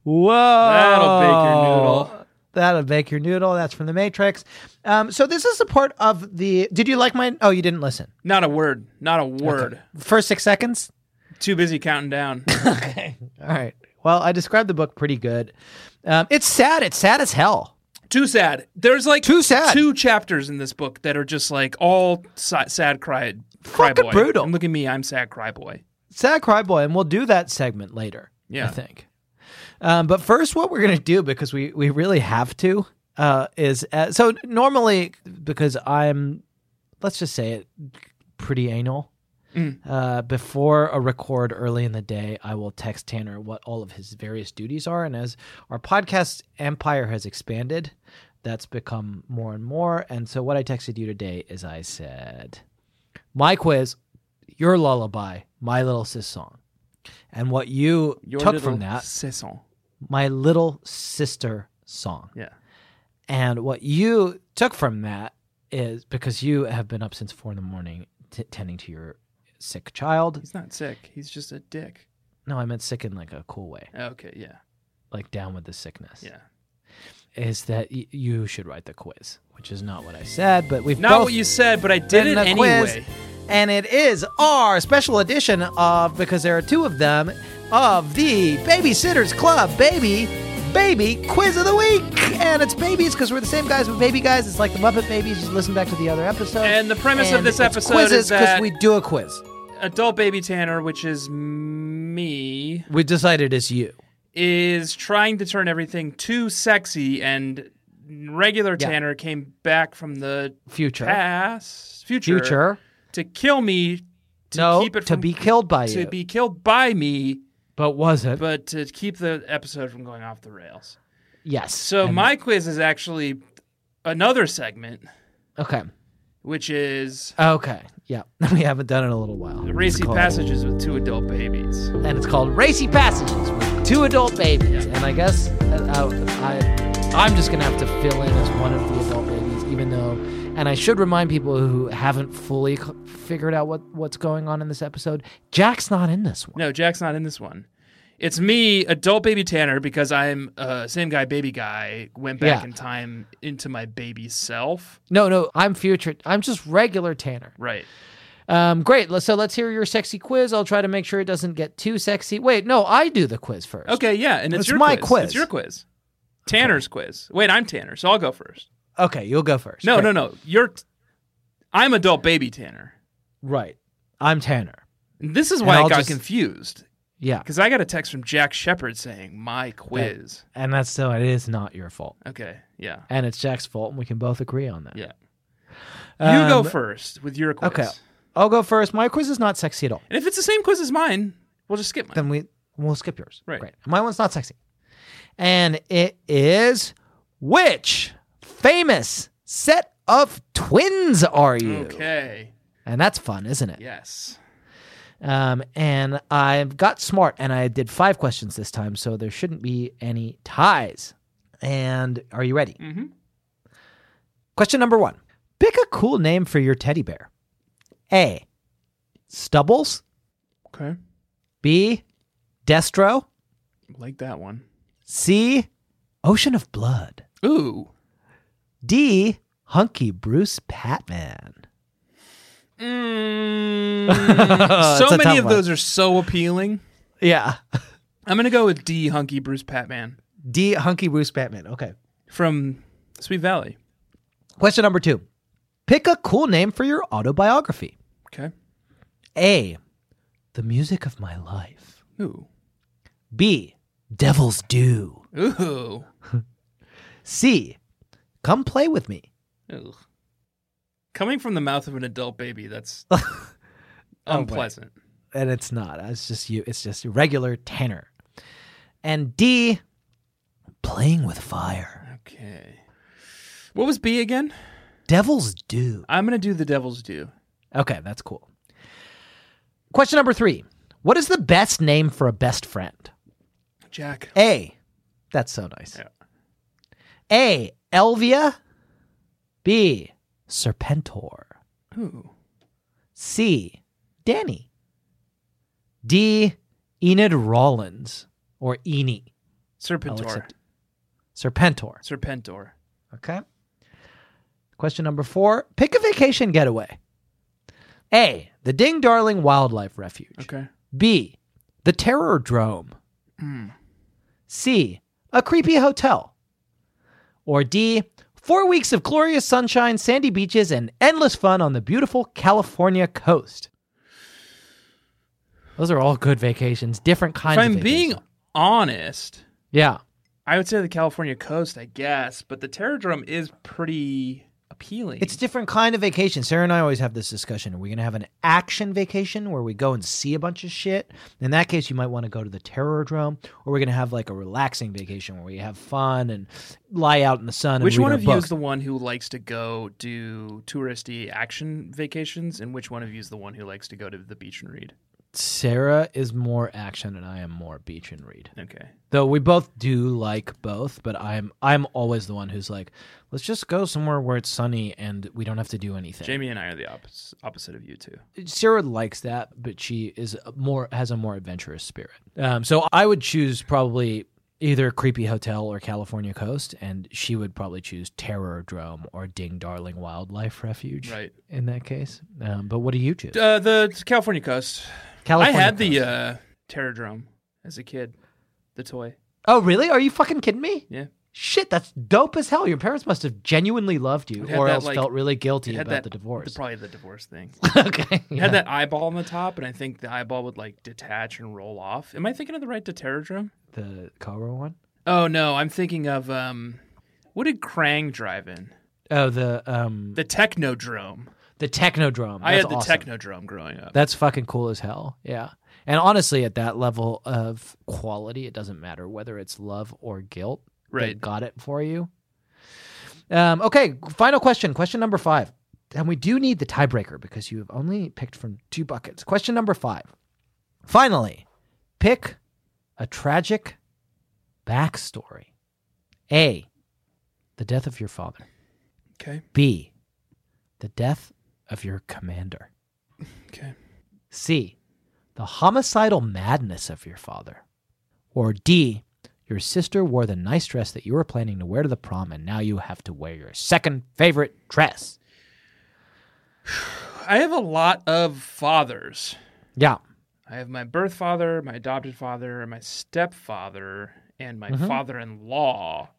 [SPEAKER 2] Whoa.
[SPEAKER 3] That'll bake your noodle.
[SPEAKER 2] That'll bake your noodle. That's from the Matrix. Um, so this is the part of the. Did you like mine? Oh, you didn't listen.
[SPEAKER 3] Not a word. Not a word.
[SPEAKER 2] First six seconds.
[SPEAKER 3] Too busy counting down.
[SPEAKER 2] okay. All right. Well, I described the book pretty good. Um, it's sad. It's sad as hell.
[SPEAKER 3] Too sad. There's like
[SPEAKER 2] Too sad.
[SPEAKER 3] Two chapters in this book that are just like all si- sad cry. Cry
[SPEAKER 2] Fucking
[SPEAKER 3] boy.
[SPEAKER 2] brutal.
[SPEAKER 3] And look at me, I'm sad cry boy.
[SPEAKER 2] Sad Cry Boy, and we'll do that segment later.
[SPEAKER 3] Yeah.
[SPEAKER 2] I think. Um, but first, what we're gonna do because we we really have to uh, is uh, so normally because I'm, let's just say it, pretty anal.
[SPEAKER 3] Mm.
[SPEAKER 2] Uh, before a record early in the day, I will text Tanner what all of his various duties are. And as our podcast empire has expanded, that's become more and more. And so, what I texted you today is I said, My quiz, your lullaby, my little sis song. And what you took
[SPEAKER 3] little
[SPEAKER 2] from that,
[SPEAKER 3] Saison.
[SPEAKER 2] my little sister song.
[SPEAKER 3] Yeah.
[SPEAKER 2] And what you took from that is because you have been up since four in the morning t- tending to your sick child.
[SPEAKER 3] He's not sick. He's just a dick.
[SPEAKER 2] No, I meant sick in like a cool way,
[SPEAKER 3] Okay. Yeah.
[SPEAKER 2] like down with the sickness.
[SPEAKER 3] Yeah.
[SPEAKER 2] Is that y- you should write the quiz, which is not what I said, but we've
[SPEAKER 3] Not
[SPEAKER 2] both
[SPEAKER 3] what you said, but I did
[SPEAKER 2] did
[SPEAKER 3] it
[SPEAKER 2] the quiz,
[SPEAKER 3] anyway.
[SPEAKER 2] and it is our special edition of because there are two of them of the Babysitters Club Baby Baby Quiz of the Week, and it's babies because we're the same guys with baby guys. It's like the Muppet Babies. You listen back to the other episode.
[SPEAKER 3] And the premise of
[SPEAKER 2] And
[SPEAKER 3] this
[SPEAKER 2] it's
[SPEAKER 3] episode
[SPEAKER 2] quizzes
[SPEAKER 3] is that-
[SPEAKER 2] we do a quiz.
[SPEAKER 3] Adult baby Tanner, which is me,
[SPEAKER 2] We decided it's you.
[SPEAKER 3] is trying to turn everything too sexy, and regular
[SPEAKER 2] Yeah.
[SPEAKER 3] Tanner came back from the
[SPEAKER 2] Future.
[SPEAKER 3] past, future,
[SPEAKER 2] Future.
[SPEAKER 3] to kill me, to
[SPEAKER 2] no,
[SPEAKER 3] keep it
[SPEAKER 2] to
[SPEAKER 3] from,
[SPEAKER 2] be killed by
[SPEAKER 3] to
[SPEAKER 2] you.
[SPEAKER 3] be killed by me,
[SPEAKER 2] but was it?
[SPEAKER 3] but to keep the episode from going off the rails.
[SPEAKER 2] yes.
[SPEAKER 3] So
[SPEAKER 2] And-
[SPEAKER 3] my quiz is actually another segment,
[SPEAKER 2] Okay.
[SPEAKER 3] which is
[SPEAKER 2] Okay. Yeah. we haven't done it in a little while. It's
[SPEAKER 3] racy
[SPEAKER 2] called-
[SPEAKER 3] passages with two adult babies.
[SPEAKER 2] and it's called Racy Passages with two adult babies. And I guess uh, I, I, I'm just gonna have to fill in as one of the adult babies, even though. And I should remind people who haven't fully c- figured out what, what's going on in this episode. Jack's not in this one.
[SPEAKER 3] No, Jack's not in this one. It's me, adult baby Tanner, because I'm uh, same guy, baby guy. Went back
[SPEAKER 2] Yeah.
[SPEAKER 3] in time into my baby self.
[SPEAKER 2] No, no, I'm future. I'm just regular Tanner.
[SPEAKER 3] Right.
[SPEAKER 2] Um, great. let- So let's hear your sexy quiz. I'll try to make sure it doesn't get too sexy. Wait, no, I do the quiz first.
[SPEAKER 3] Okay. Yeah. And it's,
[SPEAKER 2] It's
[SPEAKER 3] your
[SPEAKER 2] my quiz.
[SPEAKER 3] It's your quiz. Tanner's quiz. Wait, I'm Tanner, so I'll go first.
[SPEAKER 2] Okay, you'll go first.
[SPEAKER 3] No,
[SPEAKER 2] Great.
[SPEAKER 3] no, no. You're. T- I'm adult baby Tanner.
[SPEAKER 2] Right. I'm Tanner.
[SPEAKER 3] And this is
[SPEAKER 2] And
[SPEAKER 3] why I
[SPEAKER 2] I'll
[SPEAKER 3] got
[SPEAKER 2] just-
[SPEAKER 3] confused
[SPEAKER 2] Yeah.
[SPEAKER 3] because I got a text from Jack Shepard saying my quiz.
[SPEAKER 2] And that's so it is not your fault.
[SPEAKER 3] Okay. Yeah.
[SPEAKER 2] And it's Jack's fault, and we can both agree on that.
[SPEAKER 3] Yeah. you go
[SPEAKER 2] Um,
[SPEAKER 3] first with your quiz.
[SPEAKER 2] Okay. I'll go first. My quiz is not sexy at all.
[SPEAKER 3] And if it's the same quiz as mine, we'll just skip mine.
[SPEAKER 2] Then we we'll skip yours.
[SPEAKER 3] Right.
[SPEAKER 2] Great. My one's not sexy. And it is which famous set of twins are you?
[SPEAKER 3] Okay.
[SPEAKER 2] And that's fun, isn't it?
[SPEAKER 3] Yes.
[SPEAKER 2] Um, and I got smart and I did five questions this time, so there shouldn't be any ties. And are you ready?
[SPEAKER 3] Mm-hmm.
[SPEAKER 2] Question number one Pick a cool name for your teddy bear A. Stubbles,
[SPEAKER 3] Okay.
[SPEAKER 2] B. Destro,
[SPEAKER 3] Like that one.
[SPEAKER 2] C. Ocean of Blood,
[SPEAKER 3] Ooh.
[SPEAKER 2] D. Hunky Bruce Patman.
[SPEAKER 3] Mm,
[SPEAKER 2] It's
[SPEAKER 3] so
[SPEAKER 2] a
[SPEAKER 3] many
[SPEAKER 2] tough
[SPEAKER 3] of
[SPEAKER 2] one.
[SPEAKER 3] those are so appealing.
[SPEAKER 2] Yeah.
[SPEAKER 3] I'm gonna go with D Hunky Bruce Patman
[SPEAKER 2] D. Hunky Bruce Patman. Okay.
[SPEAKER 3] from Sweet Valley.
[SPEAKER 2] Question number two Pick a cool name for your autobiography
[SPEAKER 3] Okay.
[SPEAKER 2] A. The Music of My Life,
[SPEAKER 3] Ooh.
[SPEAKER 2] B. Devil's Due,
[SPEAKER 3] Ooh.
[SPEAKER 2] C. Come Play With Me.
[SPEAKER 3] Ugh. Coming from the mouth of an adult baby, that's
[SPEAKER 2] wait.
[SPEAKER 3] unpleasant.
[SPEAKER 2] and it's not. It's just you. It's just regular tenor. And D, playing with fire.
[SPEAKER 3] Okay. What was B again?
[SPEAKER 2] Devils do.
[SPEAKER 3] I'm gonna do the Devil's Due.
[SPEAKER 2] Okay, that's cool. Question number three. What is the best name for a best friend?
[SPEAKER 3] Jack.
[SPEAKER 2] A. That's so nice.
[SPEAKER 3] Yeah.
[SPEAKER 2] A. Elvia. B. Serpentor.
[SPEAKER 3] Ooh.
[SPEAKER 2] C. Danny. D. Enid Rollins or Eni. I'll
[SPEAKER 3] Serpentor.
[SPEAKER 2] accept- Serpentor.
[SPEAKER 3] Serpentor.
[SPEAKER 2] Okay. Question number four Pick a vacation getaway. A. The Ding Darling Wildlife Refuge.
[SPEAKER 3] Okay.
[SPEAKER 2] B. The Terror Drome. C. A creepy hotel. Or D. Four weeks of glorious sunshine, sandy beaches, and endless fun on the beautiful California coast. Those are all good vacations, different kinds
[SPEAKER 3] If I'm
[SPEAKER 2] of vacations.
[SPEAKER 3] being honest,
[SPEAKER 2] Yeah.
[SPEAKER 3] I would say the California coast, I guess, but the Terra Drum is pretty appealing.
[SPEAKER 2] It's a different kind of vacation. Sarah and I always have this discussion. Are we going to have an action vacation where we go and see a bunch of shit? In that case, you might want to go to the terror drum, or we're going to have like a relaxing vacation where we have fun and lie out in the sun.
[SPEAKER 3] which
[SPEAKER 2] and read
[SPEAKER 3] one
[SPEAKER 2] our
[SPEAKER 3] of you
[SPEAKER 2] book.
[SPEAKER 3] is the one who likes to go do touristy action vacations, and which one of you is the one who likes to go to the beach and read?
[SPEAKER 2] Sarah is more action, and I am more beach and read.
[SPEAKER 3] Okay.
[SPEAKER 2] Though we both do like both, but I'm I'm always the one who's like, let's just go somewhere where it's sunny and we don't have to do anything.
[SPEAKER 3] Jamie and I are the oppos opposite of you two.
[SPEAKER 2] Sarah likes that, but she is a more has a more adventurous spirit. Um, so I would choose probably either creepy hotel or California coast, and she would probably choose Terror Drome or Ding Darling Wildlife Refuge.
[SPEAKER 3] Right.
[SPEAKER 2] In that case, um, but what do you choose?
[SPEAKER 3] Uh, the California coast.
[SPEAKER 2] California
[SPEAKER 3] I had the
[SPEAKER 2] coast.
[SPEAKER 3] uh, Terra Drum as a kid, the toy.
[SPEAKER 2] oh, really? Are you fucking kidding me?
[SPEAKER 3] Yeah.
[SPEAKER 2] Shit, that's dope as hell. Your parents must have genuinely loved you,
[SPEAKER 3] It had
[SPEAKER 2] or
[SPEAKER 3] that,
[SPEAKER 2] else
[SPEAKER 3] like-
[SPEAKER 2] felt really guilty
[SPEAKER 3] It had
[SPEAKER 2] about
[SPEAKER 3] that
[SPEAKER 2] the divorce.
[SPEAKER 3] probably the divorce thing.
[SPEAKER 2] okay.
[SPEAKER 3] It
[SPEAKER 2] yeah.
[SPEAKER 3] had that eyeball on the top, and I think the eyeball would like detach and roll off. Am I thinking of the right Terra Drum?
[SPEAKER 2] the Coro one.
[SPEAKER 3] Oh no, I'm thinking of um, what did Krang drive in?
[SPEAKER 2] Oh, the um, the,
[SPEAKER 3] The Technodrome.
[SPEAKER 2] Technodrome.
[SPEAKER 3] I
[SPEAKER 2] That's
[SPEAKER 3] had the
[SPEAKER 2] awesome.
[SPEAKER 3] Technodrome growing up.
[SPEAKER 2] That's fucking cool as hell. Yeah. And honestly, at that level of quality, it doesn't matter whether it's love or guilt. that
[SPEAKER 3] Right.
[SPEAKER 2] got it for you. Um, okay. Final question. Question number five. And we do need the tiebreaker because you have only picked from two buckets. Question number five. Finally, pick a tragic backstory. A, the death of your father.
[SPEAKER 3] Okay.
[SPEAKER 2] B, the death of your commander.
[SPEAKER 3] Okay.
[SPEAKER 2] C. The homicidal madness of your father. Or D. Your sister wore the nice dress that you were planning to wear to the prom, and now you have to wear your second favorite dress.
[SPEAKER 3] I have a lot of fathers.
[SPEAKER 2] Yeah.
[SPEAKER 3] I have my birth father, my adopted father, my stepfather, and my
[SPEAKER 2] Mhm.
[SPEAKER 3] father-in-law.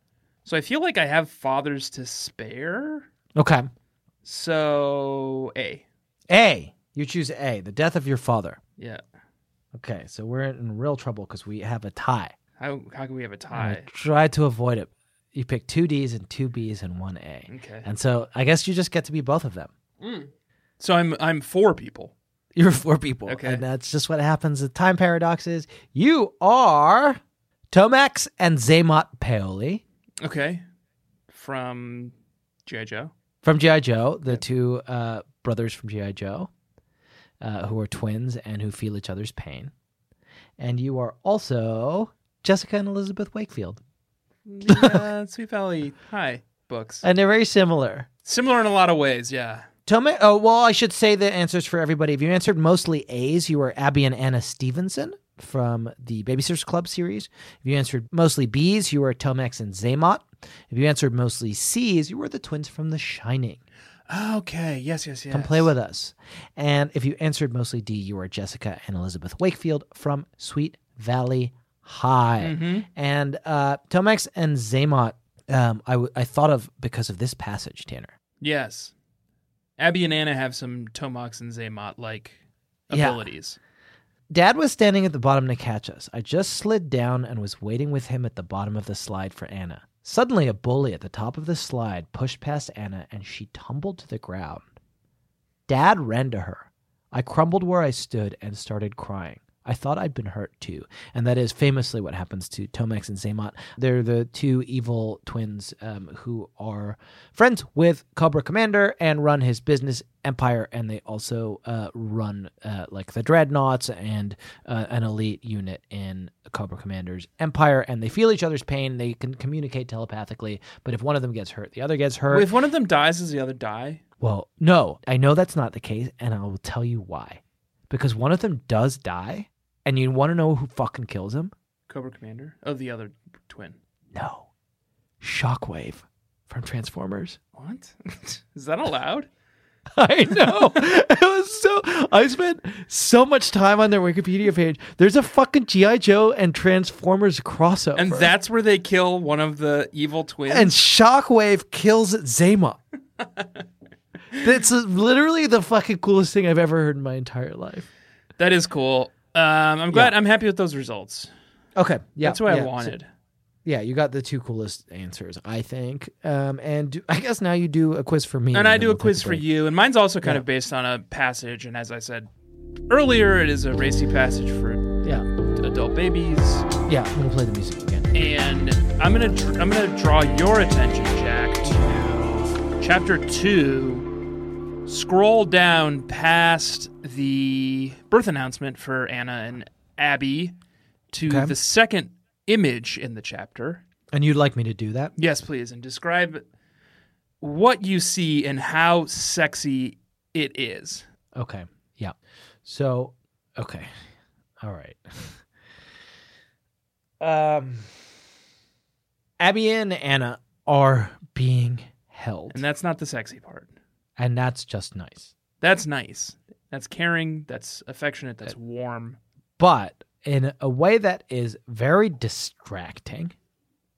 [SPEAKER 3] So I feel like I have fathers to spare.
[SPEAKER 2] Okay.
[SPEAKER 3] So A.
[SPEAKER 2] A. You choose A. The death of your father.
[SPEAKER 3] Yeah.
[SPEAKER 2] Okay. So we're in real trouble because we have a tie.
[SPEAKER 3] How how can we have a
[SPEAKER 2] I
[SPEAKER 3] tie?
[SPEAKER 2] tried to avoid it. You picked two D's and two B's and one A.
[SPEAKER 3] Okay.
[SPEAKER 2] And so I guess you just get to be both of them.
[SPEAKER 3] So I'm I'm four people.
[SPEAKER 2] You're four people.
[SPEAKER 3] Okay.
[SPEAKER 2] And that's just what happens with time paradoxes. You are Tomax and Zaymot Paoli
[SPEAKER 3] Okay. From G.I. Joe.
[SPEAKER 2] from G.I. Joe, the two uh, brothers from G.I. Joe, uh, who are twins and who feel each other's pain. And you are also Jessica and Elizabeth Wakefield.
[SPEAKER 3] Yeah, Sweet Valley High books.
[SPEAKER 2] And they're very similar.
[SPEAKER 3] Similar in a lot of ways, yeah.
[SPEAKER 2] Toma- oh, well, I should say the answers for everybody. If you answered mostly A's, you were Abby and Anna Stevenson from the Babysitters Club series. If you answered mostly B's, you were Tomex and Zaymot. If you answered mostly C's, you were the twins from The Shining.
[SPEAKER 3] Ah, Okay. Yes, yes, yes.
[SPEAKER 2] Come play with us. And if you answered mostly D, you were Jessica and Elizabeth Wakefield from Sweet Valley High. And uh, Tomex and Zaymot, um, I, w- I thought of because of this passage, Tanner.
[SPEAKER 3] Yes. Abby and Anna have some Tomox and Zaymot like
[SPEAKER 2] Yeah.
[SPEAKER 3] abilities.
[SPEAKER 2] Dad was standing at the bottom to catch us. I just slid down and was waiting with him at the bottom of the slide for Anna. Suddenly, a bully at the top of the slide pushed past Anna and she tumbled to the ground. Dad ran to her. I crumbled where I stood and started crying. I thought I'd been hurt too. And that is famously what happens to Tomex and Zaymot. They're the two evil twins um, who are friends with Cobra Commander and run his business empire. And they also uh, run uh, like the Dreadnoughts and uh, an elite unit in Cobra Commander's empire. And they feel each other's pain. They can communicate telepathically. But if one of them gets hurt, the other gets hurt.
[SPEAKER 3] If one of them dies, does the other die?
[SPEAKER 2] Well, no, I know that's not the case, and I will tell you why. Because one of them does die, and you want to know who fucking kills him?
[SPEAKER 3] Cobra Commander? Oh, the other twin.
[SPEAKER 2] No. Shockwave from Transformers.
[SPEAKER 3] What? Is that allowed?
[SPEAKER 2] I know. it was so I spent so much time on their Wikipedia page. There's a fucking G.I. Joe and Transformers crossover.
[SPEAKER 3] and that's where they kill one of the evil twins?
[SPEAKER 2] and Shockwave kills Zema. That's literally the fucking coolest thing I've ever heard in my entire life.
[SPEAKER 3] that is cool. Um, I'm glad. I'm happy with those results.
[SPEAKER 2] Okay, yeah,
[SPEAKER 3] That's what
[SPEAKER 2] yeah.
[SPEAKER 3] I
[SPEAKER 2] So-
[SPEAKER 3] wanted.
[SPEAKER 2] yeah, you got the two coolest answers, I think. Um, and do, I guess now you do a quiz for me,
[SPEAKER 3] and I
[SPEAKER 2] then
[SPEAKER 3] do
[SPEAKER 2] we'll
[SPEAKER 3] a
[SPEAKER 2] take
[SPEAKER 3] quiz for
[SPEAKER 2] break.
[SPEAKER 3] you, and mine's also kind
[SPEAKER 2] Yeah.
[SPEAKER 3] of based on a passage. And as I said earlier, it is a racy passage for
[SPEAKER 2] Yeah,
[SPEAKER 3] adult babies.
[SPEAKER 2] yeah. I'm gonna play the music again.
[SPEAKER 3] and I'm gonna dr- I'm gonna draw your attention, Jack, to chapter two. Scroll down past the birth announcement for Anna and Abby to
[SPEAKER 2] Okay.
[SPEAKER 3] the second image in the chapter.
[SPEAKER 2] And you'd like me to do that?
[SPEAKER 3] Yes, please, and describe what you see and how sexy it is.
[SPEAKER 2] Okay. Yeah. So, okay. All right. um, Abby and Anna are being held,
[SPEAKER 3] And that's not the sexy part.
[SPEAKER 2] and that's just nice.
[SPEAKER 3] That's nice. That's caring. That's affectionate. That's warm.
[SPEAKER 2] but in a way that is very distracting.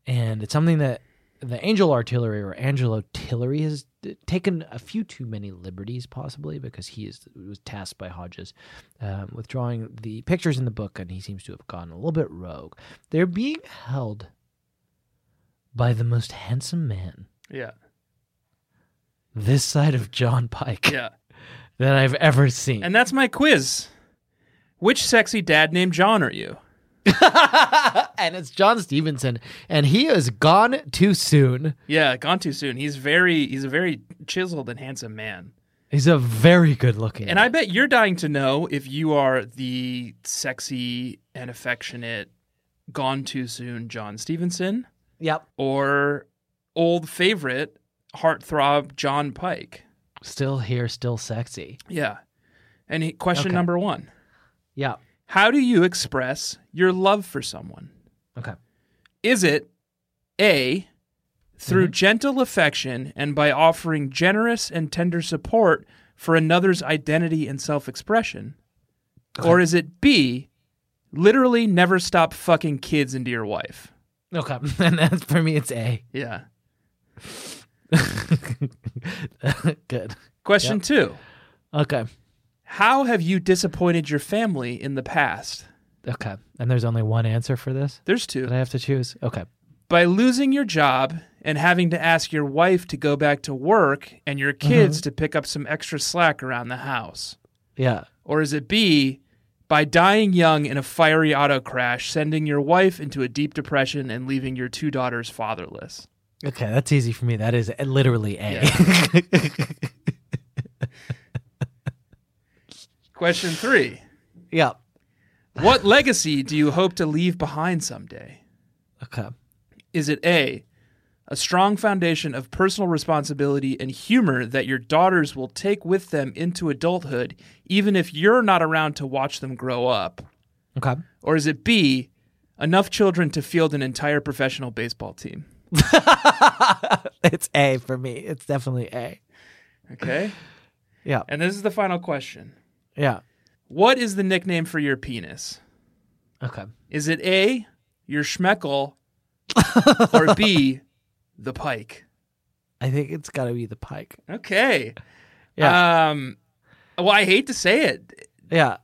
[SPEAKER 2] And it's something that the Angel Artillery or Angelo Tillery has d- taken a few too many liberties, possibly, because he is, was tasked by Hodges um, with drawing the pictures in the book, and he seems to have gone a little bit rogue. They're being held by the most handsome man
[SPEAKER 3] Yeah.
[SPEAKER 2] this side of John Pike
[SPEAKER 3] Yeah.
[SPEAKER 2] that I've ever seen.
[SPEAKER 3] And that's my quiz. Which sexy dad named John are you?
[SPEAKER 2] and it's John Stevenson, and he is gone too soon.
[SPEAKER 3] Yeah, gone too soon. He's very he's a very chiseled and handsome man.
[SPEAKER 2] He's a very good looking.
[SPEAKER 3] And I bet you're dying to know if you are the sexy and affectionate gone too soon John Stevenson
[SPEAKER 2] yep,
[SPEAKER 3] or old favorite heartthrob John Pike.
[SPEAKER 2] still here, still sexy.
[SPEAKER 3] Yeah. And he, question
[SPEAKER 2] Okay.
[SPEAKER 3] number 1.
[SPEAKER 2] Yep.
[SPEAKER 3] How do you express your love for someone?
[SPEAKER 2] Okay.
[SPEAKER 3] Is it A, through gentle affection and by offering generous and tender support for another's identity and self expression? Or is it B, literally never stop fucking kids into your wife?
[SPEAKER 2] Okay. And that's for me. It's A.
[SPEAKER 3] Yeah.
[SPEAKER 2] good.
[SPEAKER 3] Question two
[SPEAKER 2] Okay.
[SPEAKER 3] How have you disappointed your family in the past?
[SPEAKER 2] Okay. And there's only one answer for this
[SPEAKER 3] There's
[SPEAKER 2] that
[SPEAKER 3] two.
[SPEAKER 2] I have to choose. Okay.
[SPEAKER 3] By losing your job and having to ask your wife to go back to work and your kids to pick up some extra slack around the house.
[SPEAKER 2] Yeah.
[SPEAKER 3] Or is it B, by dying young in a fiery auto crash, sending your wife into a deep depression and leaving your two daughters fatherless?
[SPEAKER 2] Okay. That's easy for me. That is uh, literally A.
[SPEAKER 3] Question three
[SPEAKER 2] yep.
[SPEAKER 3] What legacy do you hope to leave behind someday?
[SPEAKER 2] Okay.
[SPEAKER 3] Is it A, a strong foundation of personal responsibility and humor that your daughters will take with them into adulthood, even if you're not around to watch them grow up?
[SPEAKER 2] Okay.
[SPEAKER 3] Or is it B, enough children to field an entire professional baseball team?
[SPEAKER 2] it's A for me. It's definitely A.
[SPEAKER 3] Okay.
[SPEAKER 2] Yeah.
[SPEAKER 3] And this is the final question.
[SPEAKER 2] Yeah.
[SPEAKER 3] What is the nickname for your penis?
[SPEAKER 2] Okay.
[SPEAKER 3] Is it A, your schmeckle, or B, the pike?
[SPEAKER 2] I think it's got to be the Pike.
[SPEAKER 3] Okay.
[SPEAKER 2] Yeah.
[SPEAKER 3] Um, well, I hate to say it.
[SPEAKER 2] yeah.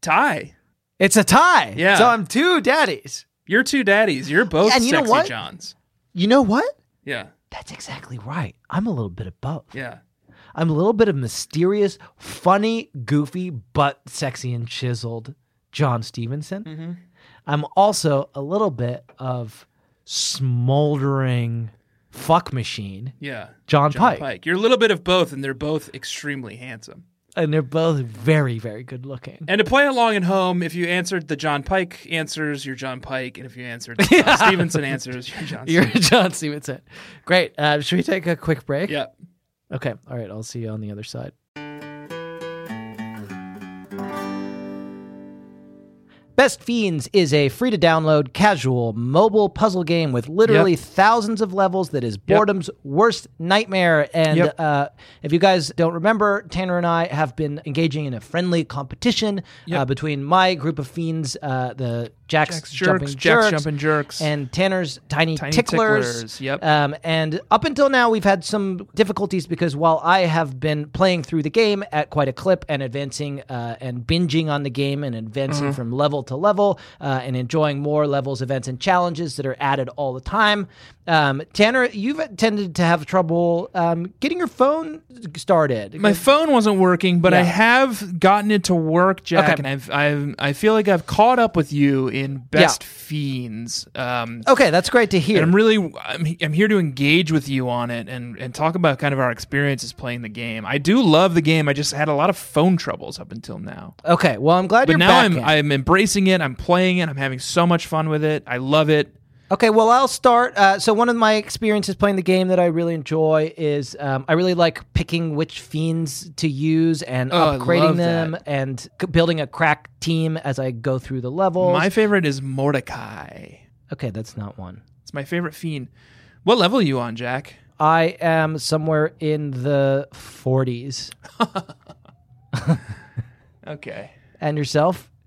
[SPEAKER 3] Ty,
[SPEAKER 2] It's a tie.
[SPEAKER 3] Yeah.
[SPEAKER 2] So I'm two daddies.
[SPEAKER 3] you're two daddies. You're both
[SPEAKER 2] And you know
[SPEAKER 3] sexy
[SPEAKER 2] what?
[SPEAKER 3] Johns.
[SPEAKER 2] You know what?
[SPEAKER 3] Yeah.
[SPEAKER 2] That's exactly right. I'm a little bit of both.
[SPEAKER 3] Yeah.
[SPEAKER 2] I'm a little bit of mysterious, funny, goofy, but sexy and chiseled John Stevenson.
[SPEAKER 3] Mm-hmm.
[SPEAKER 2] I'm also a little bit of smoldering fuck machine
[SPEAKER 3] Yeah.
[SPEAKER 2] John,
[SPEAKER 3] John
[SPEAKER 2] Pike.
[SPEAKER 3] Pike. You're a little bit of both, and they're both extremely handsome.
[SPEAKER 2] And they're both very, very good looking.
[SPEAKER 3] And to play along at home, if you answered the John Pike answers, you're John Pike. And if you answered the John Stevenson answers, you're John
[SPEAKER 2] You're
[SPEAKER 3] Stevenson.
[SPEAKER 2] John Stevenson. Great. Uh, should we take a quick break?
[SPEAKER 3] Yeah.
[SPEAKER 2] Okay. All right. I'll see you on the other side. Best Fiends is a free to download casual mobile puzzle game with literally
[SPEAKER 3] Yep.
[SPEAKER 2] thousands of levels that is boredom's worst nightmare. And
[SPEAKER 3] Yep.
[SPEAKER 2] uh, if you guys don't remember, Tanner and I have been engaging in a friendly competition uh, between my group of fiends, uh, the Jack's,
[SPEAKER 3] Jack's Jerks,
[SPEAKER 2] Jumping
[SPEAKER 3] Jack's
[SPEAKER 2] Jerks,
[SPEAKER 3] Jumping Jerks.
[SPEAKER 2] and Tanner's Tiny,
[SPEAKER 3] Tiny
[SPEAKER 2] ticklers.
[SPEAKER 3] Ticklers, yep.
[SPEAKER 2] Um, and up until now, we've had some difficulties because while I have been playing
[SPEAKER 3] Mm-hmm.
[SPEAKER 2] through the game at quite a clip and advancing uh, and binging on the game and advancing from level to to level uh, and enjoying more levels, events, and challenges that are added all the time. Um, Tanner, you've tended to have trouble um, getting your phone started.
[SPEAKER 3] My phone wasn't working, but I
[SPEAKER 2] Yeah.
[SPEAKER 3] have gotten it to work, Jack,
[SPEAKER 2] Okay.
[SPEAKER 3] and I've, I've I feel like I've caught up with you in Best Fiends. Um,
[SPEAKER 2] okay, that's great to hear.
[SPEAKER 3] and I'm really I'm, I'm here to engage with you on it and and talk about kind of our experiences playing the game. I do love the game. I just had a lot of phone troubles up until now.
[SPEAKER 2] okay, well, I'm glad
[SPEAKER 3] But
[SPEAKER 2] you're
[SPEAKER 3] now
[SPEAKER 2] back
[SPEAKER 3] I'm
[SPEAKER 2] in.
[SPEAKER 3] I'm embracing it. I'm playing it. I'm having so much fun with it. I love it.
[SPEAKER 2] Okay, well, I'll start. Uh, so, one of my experiences playing the game that I really enjoy is um, I really like picking which fiends to use and
[SPEAKER 3] Oh, I
[SPEAKER 2] upgrading
[SPEAKER 3] love
[SPEAKER 2] them and c- building a crack team as I go through the levels.
[SPEAKER 3] My favorite is Mordecai.
[SPEAKER 2] okay, that's not one.
[SPEAKER 3] It's my favorite fiend. What level are you on, Jack?
[SPEAKER 2] I am somewhere in the 40s.
[SPEAKER 3] Okay.
[SPEAKER 2] And yourself?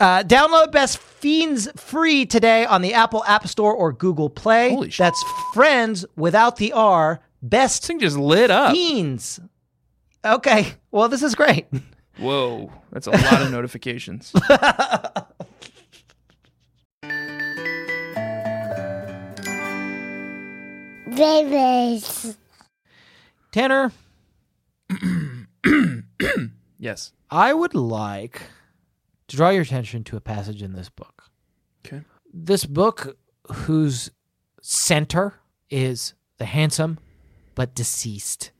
[SPEAKER 2] Uh, download Best Fiends free today on the Apple App Store or Google Play.
[SPEAKER 3] Holy sh-
[SPEAKER 2] That's friends without the R.
[SPEAKER 3] This
[SPEAKER 2] Best
[SPEAKER 3] thing just lit up.
[SPEAKER 2] Fiends. Okay. Well, this is great.
[SPEAKER 3] Whoa, that's a lot of notifications.
[SPEAKER 4] Babies.
[SPEAKER 2] Tanner,
[SPEAKER 3] yes.
[SPEAKER 2] I would like to draw your attention to a passage in this book.
[SPEAKER 3] Okay.
[SPEAKER 2] this book whose center is the handsome but deceased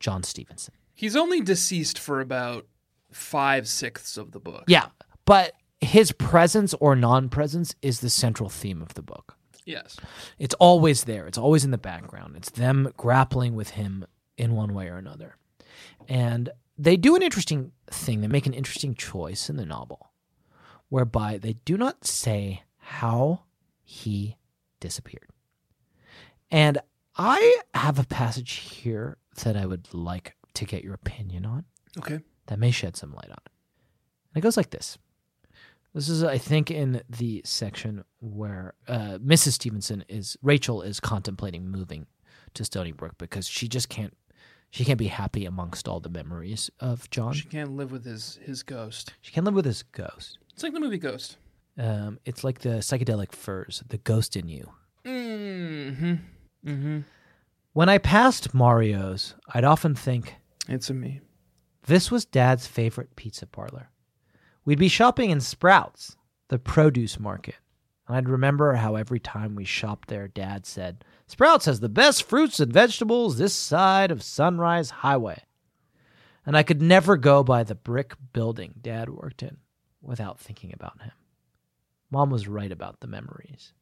[SPEAKER 2] John Stevenson.
[SPEAKER 3] He's only deceased for about five sixths of the book.
[SPEAKER 2] Yeah, but his presence or non-presence is the central theme of the book.
[SPEAKER 3] Yes.
[SPEAKER 2] It's always there. It's always in the background. It's them grappling with him in one way or another. And they do an interesting thing. They make an interesting choice in the novel whereby they do not say how he disappeared. And I have a passage here that I would like to get your opinion on
[SPEAKER 3] Okay.
[SPEAKER 2] that may shed some light on it. And it goes like this. This is, I think, in the section where uh, Mrs. Stevenson is Rachel is contemplating moving to Stony Brook because she just can't she can't be happy amongst all the memories of John.
[SPEAKER 3] She
[SPEAKER 2] She,
[SPEAKER 3] can't live with his his ghost.
[SPEAKER 2] can't live with his ghost.
[SPEAKER 3] It's like the movie Ghost.
[SPEAKER 2] Um, it's like the psychedelic furs, the ghost in you.
[SPEAKER 3] Mm-hmm. Mm-hmm.
[SPEAKER 2] When I passed Mario's, I'd often think
[SPEAKER 3] It's a me.
[SPEAKER 2] This was Dad's favorite pizza parlor. We'd be shopping in Sprouts, the produce market. And I'd remember how every time we shopped there, Dad said, Sprouts has the best fruits and vegetables this side of Sunrise Highway. And I could never go by the brick building Dad worked in without thinking about him. Mom was right about the memories.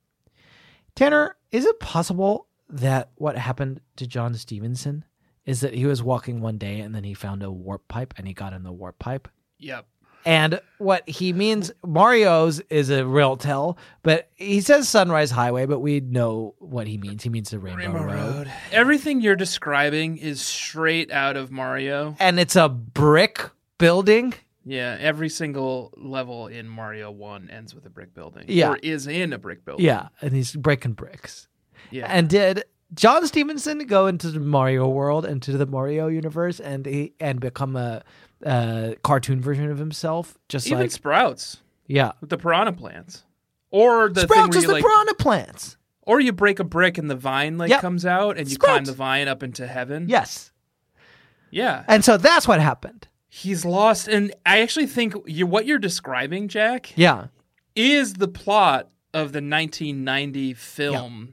[SPEAKER 2] Tanner, is it possible that what happened to John Stevenson is that he was walking one day and then he found a warp pipe and he got in the warp pipe?
[SPEAKER 3] Yep.
[SPEAKER 2] And what he means, Mario's is a real tell, but he says Sunrise Highway, but we know what he means. He means the Rainbow, Road.
[SPEAKER 3] Everything you're describing is straight out of Mario.
[SPEAKER 2] And it's a brick building.
[SPEAKER 3] Yeah, every single level in Mario 1 ends with a brick building.
[SPEAKER 2] Yeah.
[SPEAKER 3] Or is in a brick building.
[SPEAKER 2] Yeah. And he's breaking bricks.
[SPEAKER 3] Yeah.
[SPEAKER 2] And did John Stevenson go into the Mario world, into the Mario universe, and he, and become a, uh cartoon version of himself? Just
[SPEAKER 3] Even
[SPEAKER 2] like
[SPEAKER 3] sprouts
[SPEAKER 2] yeah,
[SPEAKER 3] with the piranha plants. Or the thing
[SPEAKER 2] sprouts
[SPEAKER 3] where
[SPEAKER 2] is
[SPEAKER 3] you
[SPEAKER 2] the
[SPEAKER 3] like,
[SPEAKER 2] piranha plants.
[SPEAKER 3] or you break a brick and the vine like
[SPEAKER 2] Yep.
[SPEAKER 3] comes out and you
[SPEAKER 2] Sprouts.
[SPEAKER 3] climb the vine up into heaven.
[SPEAKER 2] Yes,
[SPEAKER 3] Yeah.
[SPEAKER 2] and so that's what happened.
[SPEAKER 3] He's lost and I actually think you what you're describing, Jack,
[SPEAKER 2] Yeah,
[SPEAKER 3] is the plot of the 1990 film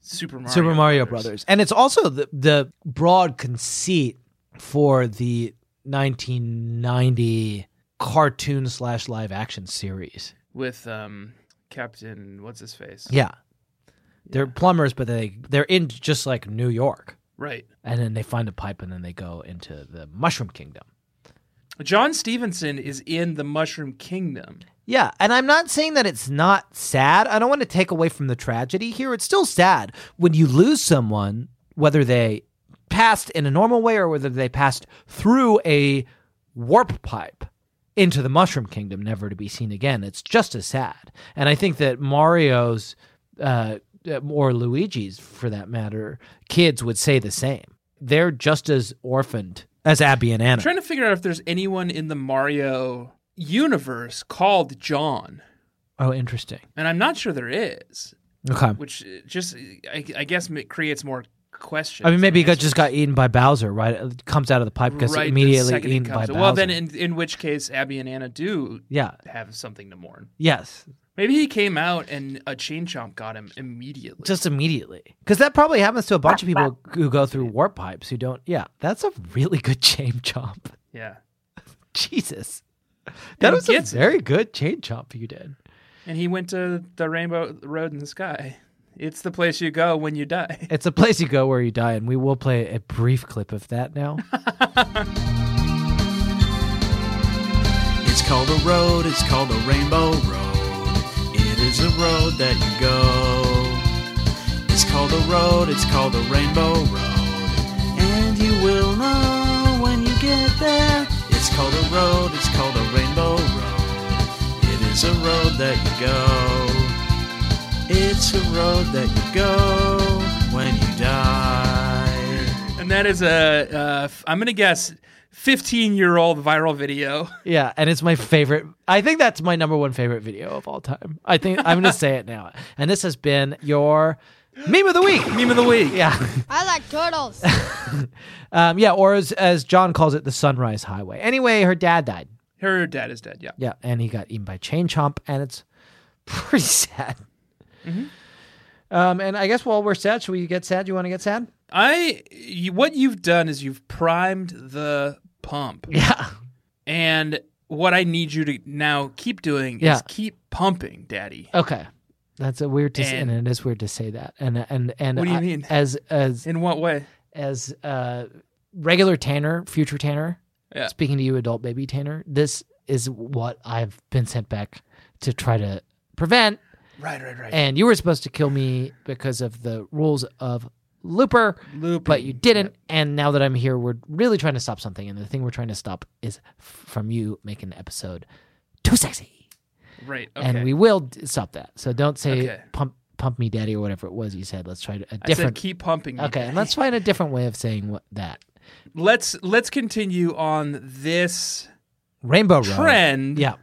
[SPEAKER 3] Super Mario
[SPEAKER 2] Super Mario Brothers. and it's also the the broad conceit for the 1990 cartoon slash live action series.
[SPEAKER 3] with um Captain what's his face?
[SPEAKER 2] Yeah, they're plumbers, but they they're in just like New York.
[SPEAKER 3] Right.
[SPEAKER 2] and then they find a pipe and then they go into the mushroom kingdom
[SPEAKER 3] John Stevenson is in the Mushroom Kingdom.
[SPEAKER 2] yeah and i'm not saying that it's not sad i don't want to take away from the tragedy here it's still sad when you lose someone whether they passed in a normal way or whether they passed through a warp pipe into the mushroom kingdom never to be seen again it's just as sad and i think that mario's uh, or luigi's for that matter kids would say the same they're just as orphaned as abby and anna
[SPEAKER 3] I'm trying to figure out if there's anyone in the Mario universe called John,
[SPEAKER 2] Oh, interesting.
[SPEAKER 3] and I'm not sure there is,
[SPEAKER 2] Okay.
[SPEAKER 3] which uh, just I, I guess m- creates more questions.
[SPEAKER 2] I mean, maybe he got,
[SPEAKER 3] it's
[SPEAKER 2] just got eaten by Bowser, right? It comes out of the pipe, gets
[SPEAKER 3] right the
[SPEAKER 2] immediately
[SPEAKER 3] second he
[SPEAKER 2] eaten by
[SPEAKER 3] comes-
[SPEAKER 2] Bowser.
[SPEAKER 3] Well, then in, in which case Abby and Anna do
[SPEAKER 2] yeah,
[SPEAKER 3] have something to mourn.
[SPEAKER 2] yes,
[SPEAKER 3] Maybe he came out and a chain chomp got him immediately.
[SPEAKER 2] just immediately, because that probably happens to a bunch of people who go through warp pipes who don't. Yeah, that's a really good chain chomp.
[SPEAKER 3] yeah,
[SPEAKER 2] Jesus, that was a
[SPEAKER 3] gets it.
[SPEAKER 2] very good chain chomp you did.
[SPEAKER 3] and he went to the Rainbow Road in the Sky. It's the place you go when you die.
[SPEAKER 2] It's a place you go where you die, and we will play a brief clip of that now.
[SPEAKER 5] It's called a road, it's called a rainbow road. It is a road that you go. It's called a road, it's called a rainbow road. And you will know when you get there. It's called a road, it's called a rainbow road. It is a road that you go. It's a road that you go when you die.
[SPEAKER 3] And that is a, uh, f- I'm going to guess, 15 year old viral video.
[SPEAKER 2] Yeah, and it's my favorite. I think that's my number one favorite video of all time. I think I'm gonna say it now. And this has been your meme of the week.
[SPEAKER 3] Meme of the week.
[SPEAKER 2] Yeah,
[SPEAKER 6] I like turtles.
[SPEAKER 2] um, yeah, or as as John calls it, the Sunrise Highway. Anyway, her dad died.
[SPEAKER 3] Her dad is dead. Yeah.
[SPEAKER 2] Yeah, and he got eaten by chain chomp, and it's pretty sad.
[SPEAKER 3] Mm-hmm.
[SPEAKER 2] Um, and I guess while we're sad, should we get sad? You want to get sad?
[SPEAKER 3] I, you, what you've done is you've primed the pump.
[SPEAKER 2] Yeah,
[SPEAKER 3] And what I need you to now keep doing
[SPEAKER 2] Yeah.
[SPEAKER 3] is keep pumping, daddy.
[SPEAKER 2] Okay, that's a weird to say, and
[SPEAKER 3] And-
[SPEAKER 2] it is weird to say that. And and and
[SPEAKER 3] What do you
[SPEAKER 2] I-
[SPEAKER 3] mean?
[SPEAKER 2] As as
[SPEAKER 3] In what way?
[SPEAKER 2] as uh, regular Tanner, future Tanner,
[SPEAKER 3] Yeah.
[SPEAKER 2] speaking to you, adult baby Tanner, this is what I've been sent back to try to prevent.
[SPEAKER 3] Right, right, right.
[SPEAKER 2] And you were supposed to kill me because of the rules of Looper,
[SPEAKER 3] Looping.
[SPEAKER 2] but you didn't. And now that I'm here, we're really trying to stop something. And the thing we're trying to stop is f- from you making an episode too sexy.
[SPEAKER 3] Right. Okay.
[SPEAKER 2] And we will d- stop that. So don't say
[SPEAKER 3] Okay.
[SPEAKER 2] pump pump me daddy or whatever it was you said. Let's try to- a
[SPEAKER 3] I said
[SPEAKER 2] different.
[SPEAKER 3] keep pumping. me,
[SPEAKER 2] okay, and
[SPEAKER 3] daddy.
[SPEAKER 2] let's find a different way of saying what that.
[SPEAKER 3] let's let's continue on this
[SPEAKER 2] Rainbow Road.
[SPEAKER 3] trend
[SPEAKER 2] Yeah.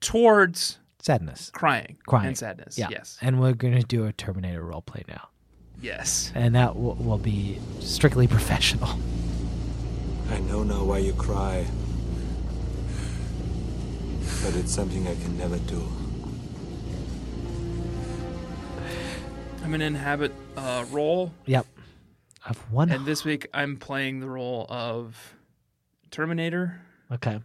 [SPEAKER 3] towards
[SPEAKER 2] Sadness.
[SPEAKER 3] crying,
[SPEAKER 2] Crying.
[SPEAKER 3] and sadness.
[SPEAKER 2] Yeah.
[SPEAKER 3] Yes.
[SPEAKER 2] And we're going to do a Terminator roleplay now.
[SPEAKER 3] Yes.
[SPEAKER 2] And that will, will be strictly professional.
[SPEAKER 7] I know now why you cry. But it's something I can never do.
[SPEAKER 3] I'm gonna inhabit a role,
[SPEAKER 2] Yep. I've won.
[SPEAKER 3] and this week I'm playing the role of Terminator
[SPEAKER 2] okay.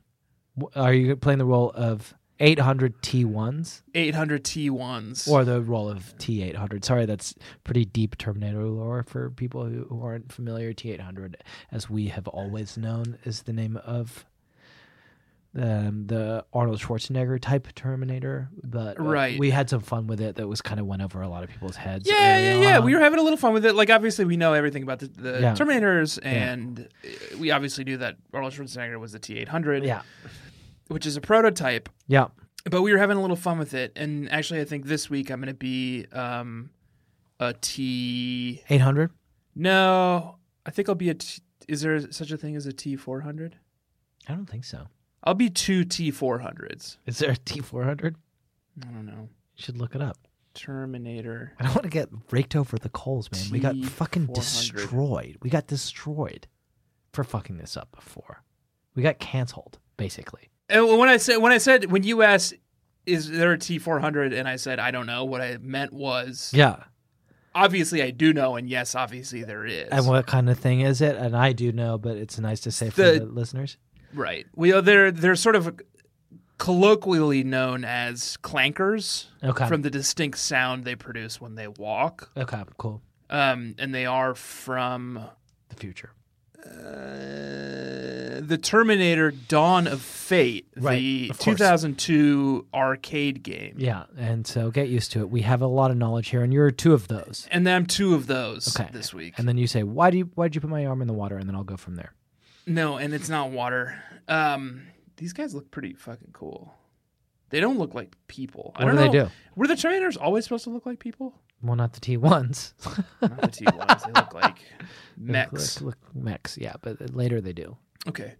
[SPEAKER 2] W- Are you playing the role of 800 T1s
[SPEAKER 3] 800 T1s.
[SPEAKER 2] or the role of T800? Sorry, that's pretty deep Terminator lore for people who, who aren't familiar. T800, as we have always known, is the name of um, the Arnold Schwarzenegger type Terminator, but uh,
[SPEAKER 3] Right.
[SPEAKER 2] we had some fun with it that was kind of went over a lot of people's heads.
[SPEAKER 3] Yeah,
[SPEAKER 2] early
[SPEAKER 3] yeah, yeah.
[SPEAKER 2] on.
[SPEAKER 3] We were having a little fun with it. Like, obviously, we know everything about the, the
[SPEAKER 2] uh, uh-huh. Yeah.
[SPEAKER 3] Terminators, and uh, we obviously knew that Arnold Schwarzenegger was the T 800,
[SPEAKER 2] yeah,
[SPEAKER 3] which is a prototype.
[SPEAKER 2] yeah.
[SPEAKER 3] But we were having a little fun with it. And actually, I think this week I'm going to be um, a T.
[SPEAKER 2] Eight hundred.
[SPEAKER 3] No, I think I'll be a T. Is there such a thing as a T 400?
[SPEAKER 2] I don't think so.
[SPEAKER 3] I'll be two T 400s.
[SPEAKER 2] Is there a T four hundred?
[SPEAKER 3] I don't know.
[SPEAKER 2] Should look it up.
[SPEAKER 3] Terminator.
[SPEAKER 2] I don't want to get raked over the coals, man. We got fucking
[SPEAKER 3] T400.
[SPEAKER 2] destroyed. We got destroyed for fucking this up before. We got canceled, basically.
[SPEAKER 3] And when I said when I said when you asked is there a T400 and I said I don't know what I meant was
[SPEAKER 2] Yeah.
[SPEAKER 3] obviously I do know and yes obviously there is.
[SPEAKER 2] And what kind of thing is it? And I do know, but it's nice to say for
[SPEAKER 3] The-
[SPEAKER 2] the listeners.
[SPEAKER 3] right. We are they're they're sort of colloquially known as clankers
[SPEAKER 2] Okay.
[SPEAKER 3] from the distinct sound they produce when they walk.
[SPEAKER 2] Okay, cool.
[SPEAKER 3] Um, and they are from uh,
[SPEAKER 2] The future.
[SPEAKER 3] the Terminator Dawn of Fate,
[SPEAKER 2] Right,
[SPEAKER 3] the
[SPEAKER 2] of course.
[SPEAKER 3] 2002 arcade game.
[SPEAKER 2] Yeah. And so get used to it. We have a lot of knowledge here, and you're two of those.
[SPEAKER 3] And then I'm two of those
[SPEAKER 2] Okay.
[SPEAKER 3] this week.
[SPEAKER 2] And then you say, Why do you why'd you put my arm in the water? And then I'll go from there.
[SPEAKER 3] No, and it's not water. Um, these guys look pretty fucking cool. They don't look like people. I
[SPEAKER 2] What
[SPEAKER 3] don't
[SPEAKER 2] do they
[SPEAKER 3] know.
[SPEAKER 2] do?
[SPEAKER 3] Were the Terminators always supposed to look like people?
[SPEAKER 2] Well, not the T ones.
[SPEAKER 3] Not the T ones. they look like mechs.
[SPEAKER 2] Look, look, mechs, yeah, but later they do.
[SPEAKER 3] Okay.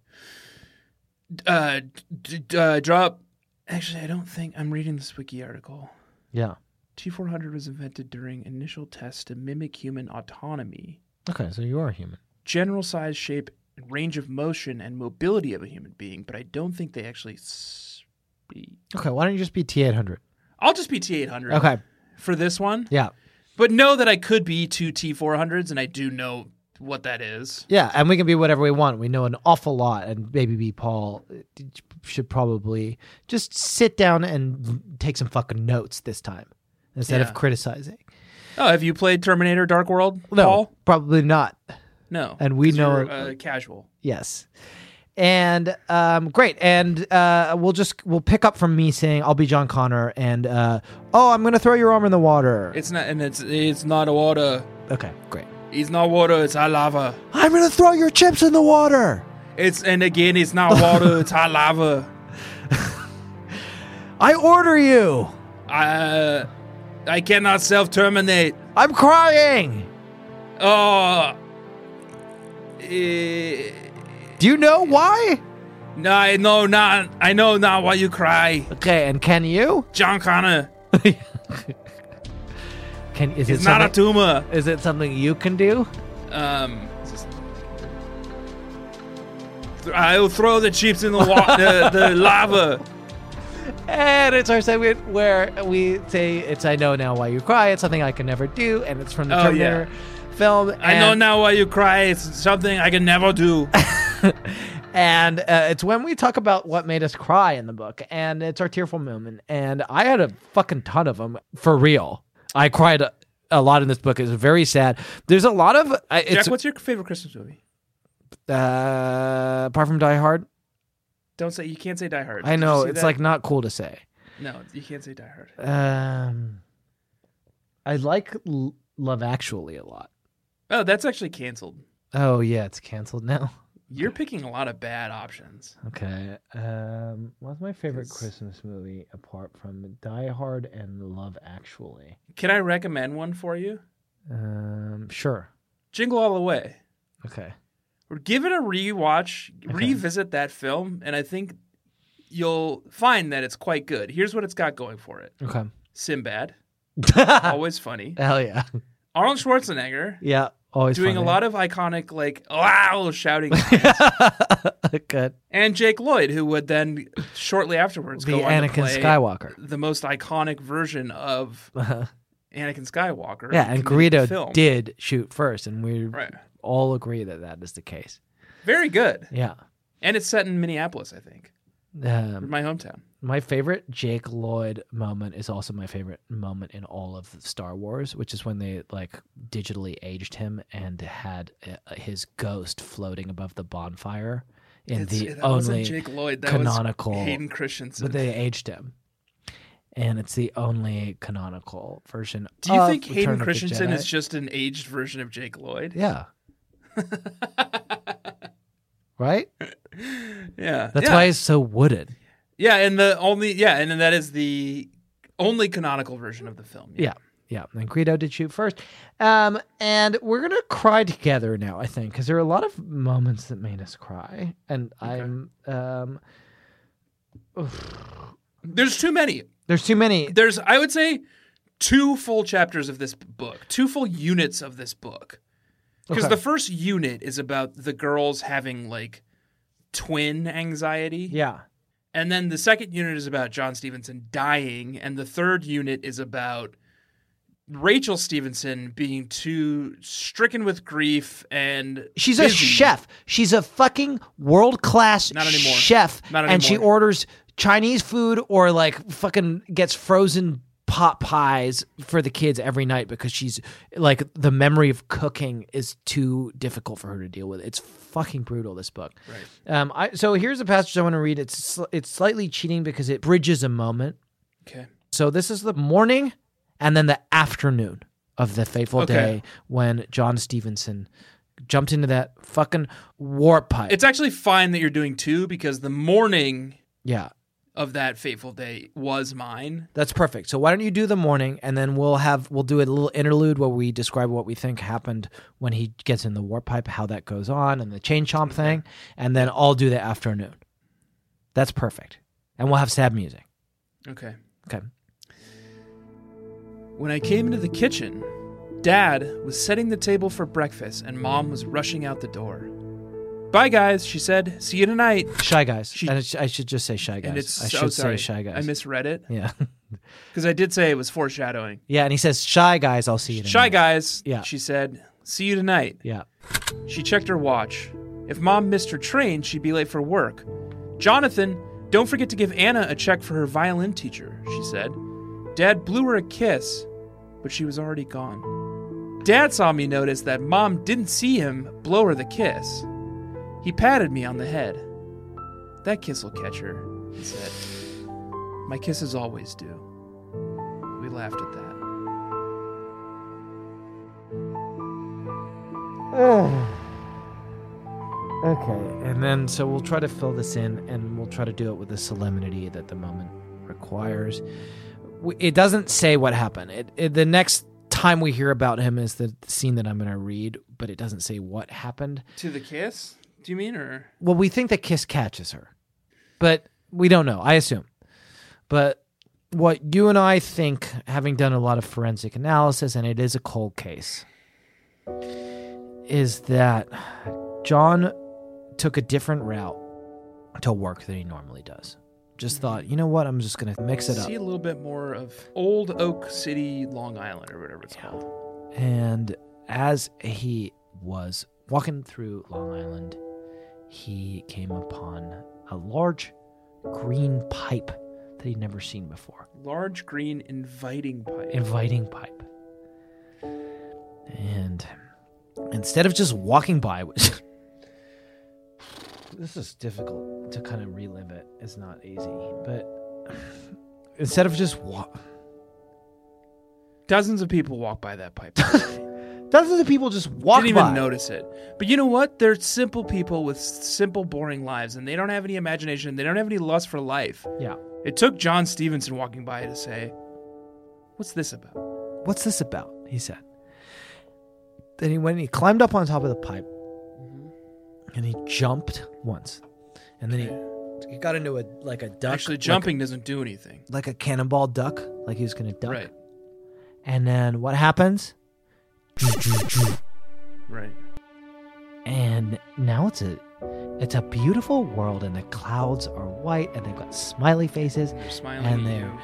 [SPEAKER 3] Uh, d- d- uh, drop. Actually, I don't think I'm reading this wiki article.
[SPEAKER 2] Yeah.
[SPEAKER 3] T400 was invented during initial tests to mimic human autonomy,
[SPEAKER 2] Okay, so you are human.
[SPEAKER 3] general size, shape, range of motion, and mobility of a human being. But I don't think they actually speak.
[SPEAKER 2] Okay, why don't you just be T eight hundred?
[SPEAKER 3] I'll just be T800.
[SPEAKER 2] Okay,
[SPEAKER 3] for this one.
[SPEAKER 2] yeah,
[SPEAKER 3] But know that I could be two T400s, and I do know what that is.
[SPEAKER 2] yeah, and we can be whatever we want. We know an awful lot, and Baby B Paul uh, should probably just sit down and take some fucking notes this time instead
[SPEAKER 3] Yeah.
[SPEAKER 2] of criticizing.
[SPEAKER 3] Oh, have you played Terminator Dark World,
[SPEAKER 2] No,
[SPEAKER 3] Paul?
[SPEAKER 2] probably not.
[SPEAKER 3] No.
[SPEAKER 2] And we
[SPEAKER 3] 'cause
[SPEAKER 2] know-
[SPEAKER 3] you're, uh, casual.
[SPEAKER 2] Yes. And um, great, and uh, we'll just we'll pick up from me saying I'll be John Connor, and uh, oh, I'm gonna throw your arm in the water.
[SPEAKER 3] It's not, and it's it's not water.
[SPEAKER 2] okay, great.
[SPEAKER 3] It's not water. It's hot lava.
[SPEAKER 2] I'm gonna throw your chips in the water.
[SPEAKER 3] It's and again, it's not water. it's hot lava.
[SPEAKER 2] I order you.
[SPEAKER 3] I uh, I cannot self terminate.
[SPEAKER 2] I'm crying.
[SPEAKER 3] Oh. Eh,
[SPEAKER 2] Do you know why?
[SPEAKER 3] no, I know not. I know not why you cry,
[SPEAKER 2] Okay, and can you?
[SPEAKER 3] John Connor.
[SPEAKER 2] Can is
[SPEAKER 3] It's
[SPEAKER 2] it
[SPEAKER 3] not a
[SPEAKER 2] something,
[SPEAKER 3] tumor.
[SPEAKER 2] is it something you can do?
[SPEAKER 3] Um, I'll throw the chips in the water, the, the lava.
[SPEAKER 2] And it's our segment where we say it's I know now why you cry. It's something I can never do, and it's from the
[SPEAKER 3] Oh,
[SPEAKER 2] Terminator film.
[SPEAKER 3] I know
[SPEAKER 2] and-
[SPEAKER 3] now why you cry. It's something I can never do.
[SPEAKER 2] And uh, it's when we talk about what made us cry in the book, and it's our tearful moment. And I had a fucking ton of them for real. I cried a, a lot in this book. It's very sad. There's a lot of I
[SPEAKER 3] Jack,
[SPEAKER 2] it's
[SPEAKER 3] what's your favorite Christmas movie?
[SPEAKER 2] uh, apart from Die Hard.
[SPEAKER 3] Don't say you can't say Die Hard.
[SPEAKER 2] I
[SPEAKER 3] Did you
[SPEAKER 2] know
[SPEAKER 3] see
[SPEAKER 2] it's
[SPEAKER 3] that?
[SPEAKER 2] like not cool to say.
[SPEAKER 3] no, you can't say Die Hard.
[SPEAKER 2] Um, I like L- Love Actually a lot.
[SPEAKER 3] Oh, that's actually canceled.
[SPEAKER 2] Oh yeah, it's canceled now.
[SPEAKER 3] You're picking a lot of bad options.
[SPEAKER 2] Okay. Um, what's my favorite
[SPEAKER 3] 'Cause-
[SPEAKER 2] Christmas movie apart from Die Hard and Love Actually?
[SPEAKER 3] Can I recommend one for you?
[SPEAKER 2] Um, sure.
[SPEAKER 3] Jingle All the Way.
[SPEAKER 2] Okay.
[SPEAKER 3] Give it a rewatch, revisit that film, and I think you'll find that it's quite good. Here's what it's got going for it:
[SPEAKER 2] Okay.
[SPEAKER 3] Sinbad,
[SPEAKER 2] Hell
[SPEAKER 3] always funny.
[SPEAKER 2] yeah.
[SPEAKER 3] Arnold Schwarzenegger
[SPEAKER 2] Yeah. Always eh?
[SPEAKER 3] doing a
[SPEAKER 2] funny.
[SPEAKER 3] lot of iconic like wow shouting,
[SPEAKER 2] Good.
[SPEAKER 3] and Jake Lloyd, who would then shortly afterwards
[SPEAKER 2] The
[SPEAKER 3] go on to
[SPEAKER 2] Anakin
[SPEAKER 3] play
[SPEAKER 2] Skywalker.
[SPEAKER 3] the most iconic version of Anakin Skywalker.
[SPEAKER 2] Yeah, and
[SPEAKER 3] in the
[SPEAKER 2] Greedo
[SPEAKER 3] film.
[SPEAKER 2] did shoot first, and we
[SPEAKER 3] Right.
[SPEAKER 2] all agree that that is the case.
[SPEAKER 3] very good,
[SPEAKER 2] Yeah.
[SPEAKER 3] and it's set in Minneapolis, I think,
[SPEAKER 2] Um,
[SPEAKER 3] my hometown.
[SPEAKER 2] My favorite Jake Lloyd moment is also my favorite moment in all of Star Wars, which is when they like digitally aged him and had uh, his ghost floating above the bonfire in
[SPEAKER 3] It's-
[SPEAKER 2] the
[SPEAKER 3] that
[SPEAKER 2] only
[SPEAKER 3] wasn't Jake Lloyd, that
[SPEAKER 2] canonical.
[SPEAKER 3] was Hayden Christensen.
[SPEAKER 2] but they aged him. And it's the only canonical version.
[SPEAKER 3] Do you
[SPEAKER 2] of
[SPEAKER 3] think
[SPEAKER 2] uh, Return of
[SPEAKER 3] Hayden
[SPEAKER 2] the
[SPEAKER 3] Christensen
[SPEAKER 2] Jedi.
[SPEAKER 3] is just an aged version of Jake Lloyd?
[SPEAKER 2] Yeah. right?
[SPEAKER 3] Yeah,
[SPEAKER 2] That's
[SPEAKER 3] yeah.
[SPEAKER 2] why he's so wooded.
[SPEAKER 3] Yeah, and the only yeah, and then that is the only canonical version of the film.
[SPEAKER 2] Yeah. Yeah. And Greedo did shoot first. Um, and we're going to cry together now, I think, because there are a lot of moments that made us cry. And I'm, um,
[SPEAKER 3] There's too many.
[SPEAKER 2] there's too many.
[SPEAKER 3] There's I would say two full chapters of this book, two full units of this book. Because
[SPEAKER 2] Okay.
[SPEAKER 3] the first unit is about the girls having like twin anxiety.
[SPEAKER 2] Yeah.
[SPEAKER 3] And then the second unit is about John Stevenson dying, and the third unit is about Rachel Stevenson being too stricken with grief and
[SPEAKER 2] She's a
[SPEAKER 3] busy.
[SPEAKER 2] chef. She's a fucking world class
[SPEAKER 3] Not anymore.
[SPEAKER 2] chef.
[SPEAKER 3] Not
[SPEAKER 2] And she
[SPEAKER 3] anymore.
[SPEAKER 2] orders Chinese food or like fucking gets frozen pot pies for the kids every night because she's like the memory of cooking is too difficult for her to deal with. It's fucking brutal this book. Right. Um I so here's a passage I want to read. It's sl- it's slightly cheating because it bridges a moment.
[SPEAKER 3] Okay.
[SPEAKER 2] So this is the morning and then the afternoon of the fateful
[SPEAKER 3] Okay.
[SPEAKER 2] day when John Stevenson jumped into that fucking warp pipe.
[SPEAKER 3] It's actually fine that you're doing two because the morning
[SPEAKER 2] yeah.
[SPEAKER 3] of that fateful day was mine.
[SPEAKER 2] That's perfect. So why don't you do the morning and then we'll have we'll do a little interlude where we describe what we think happened when he gets in the warp pipe, how that goes on and the chain chomp thing, and then I'll do the afternoon. That's perfect. And we'll have sad music.
[SPEAKER 3] Okay.
[SPEAKER 2] Okay.
[SPEAKER 3] When I came into the kitchen, Dad was setting the table for breakfast and Mom was rushing out the door. Bye, guys, she said. See you tonight.
[SPEAKER 2] Shy guys.
[SPEAKER 3] She-
[SPEAKER 2] and it's- I should just say shy guys.
[SPEAKER 3] And it's
[SPEAKER 2] I should
[SPEAKER 3] so sorry.
[SPEAKER 2] say shy guys.
[SPEAKER 3] I misread it
[SPEAKER 2] yeah.
[SPEAKER 3] because I did say it was foreshadowing.
[SPEAKER 2] yeah, and he says shy guys, I'll see you tonight.
[SPEAKER 3] Shy guys,
[SPEAKER 2] Yeah.
[SPEAKER 3] she said. See you tonight.
[SPEAKER 2] Yeah.
[SPEAKER 3] She checked her watch. If mom missed her train, she'd be late for work. Jonathan, don't forget to give Anna a check for her violin teacher, she said. Dad blew her a kiss, but she was already gone. Dad saw me notice that mom didn't see him blow her the kiss. He patted me on the head. That kiss will catch her, he said. My kisses always do. We laughed at that.
[SPEAKER 2] Okay, and then so we'll try to fill this in, and we'll try to do it with the solemnity that the moment requires. W- It doesn't say what happened. It, it the next time we hear about him is the scene that I'm going to read, but it doesn't say what happened.
[SPEAKER 3] To the kiss? Do you mean, or?
[SPEAKER 2] Well, we think that Kiss catches her, but we don't know. I assume. But what you and I think, having done a lot of forensic analysis, and it is a cold case, is that John took a different route to work than he normally does. Just thought, you know what? I'm just going to mix it up.
[SPEAKER 3] See a little bit more of Old Oak City, Long Island, or whatever it's called.
[SPEAKER 2] And as he was walking through Long Island, he came upon a large green pipe that he'd never seen before.
[SPEAKER 3] Large green inviting pipe.
[SPEAKER 2] Inviting pipe. And instead of just walking by, which this is difficult to kind of relive it, it's not easy, but instead of just walk.
[SPEAKER 3] Dozens of people walk by that pipe.
[SPEAKER 2] Dozens of people just walk
[SPEAKER 3] Didn't
[SPEAKER 2] by.
[SPEAKER 3] even notice it. But you know what? They're simple people with simple, boring lives, and they don't have any imagination. They don't have any lust for life.
[SPEAKER 2] Yeah.
[SPEAKER 3] It took John Stevenson walking by to say, "What's this about?"
[SPEAKER 2] What's this about? He said. Then he went and he climbed up on top of the pipe and he jumped once. And then he, he got into a like a duck.
[SPEAKER 3] Actually,
[SPEAKER 2] like-
[SPEAKER 3] jumping doesn't do anything.
[SPEAKER 2] Like, a cannonball duck, like he was going to duck.
[SPEAKER 3] Right.
[SPEAKER 2] And then what happens?
[SPEAKER 3] Right.
[SPEAKER 2] And now it's a it's a beautiful world and the clouds are white and they've got smiley faces
[SPEAKER 3] They're smiling.
[SPEAKER 2] and
[SPEAKER 3] at you.
[SPEAKER 2] they're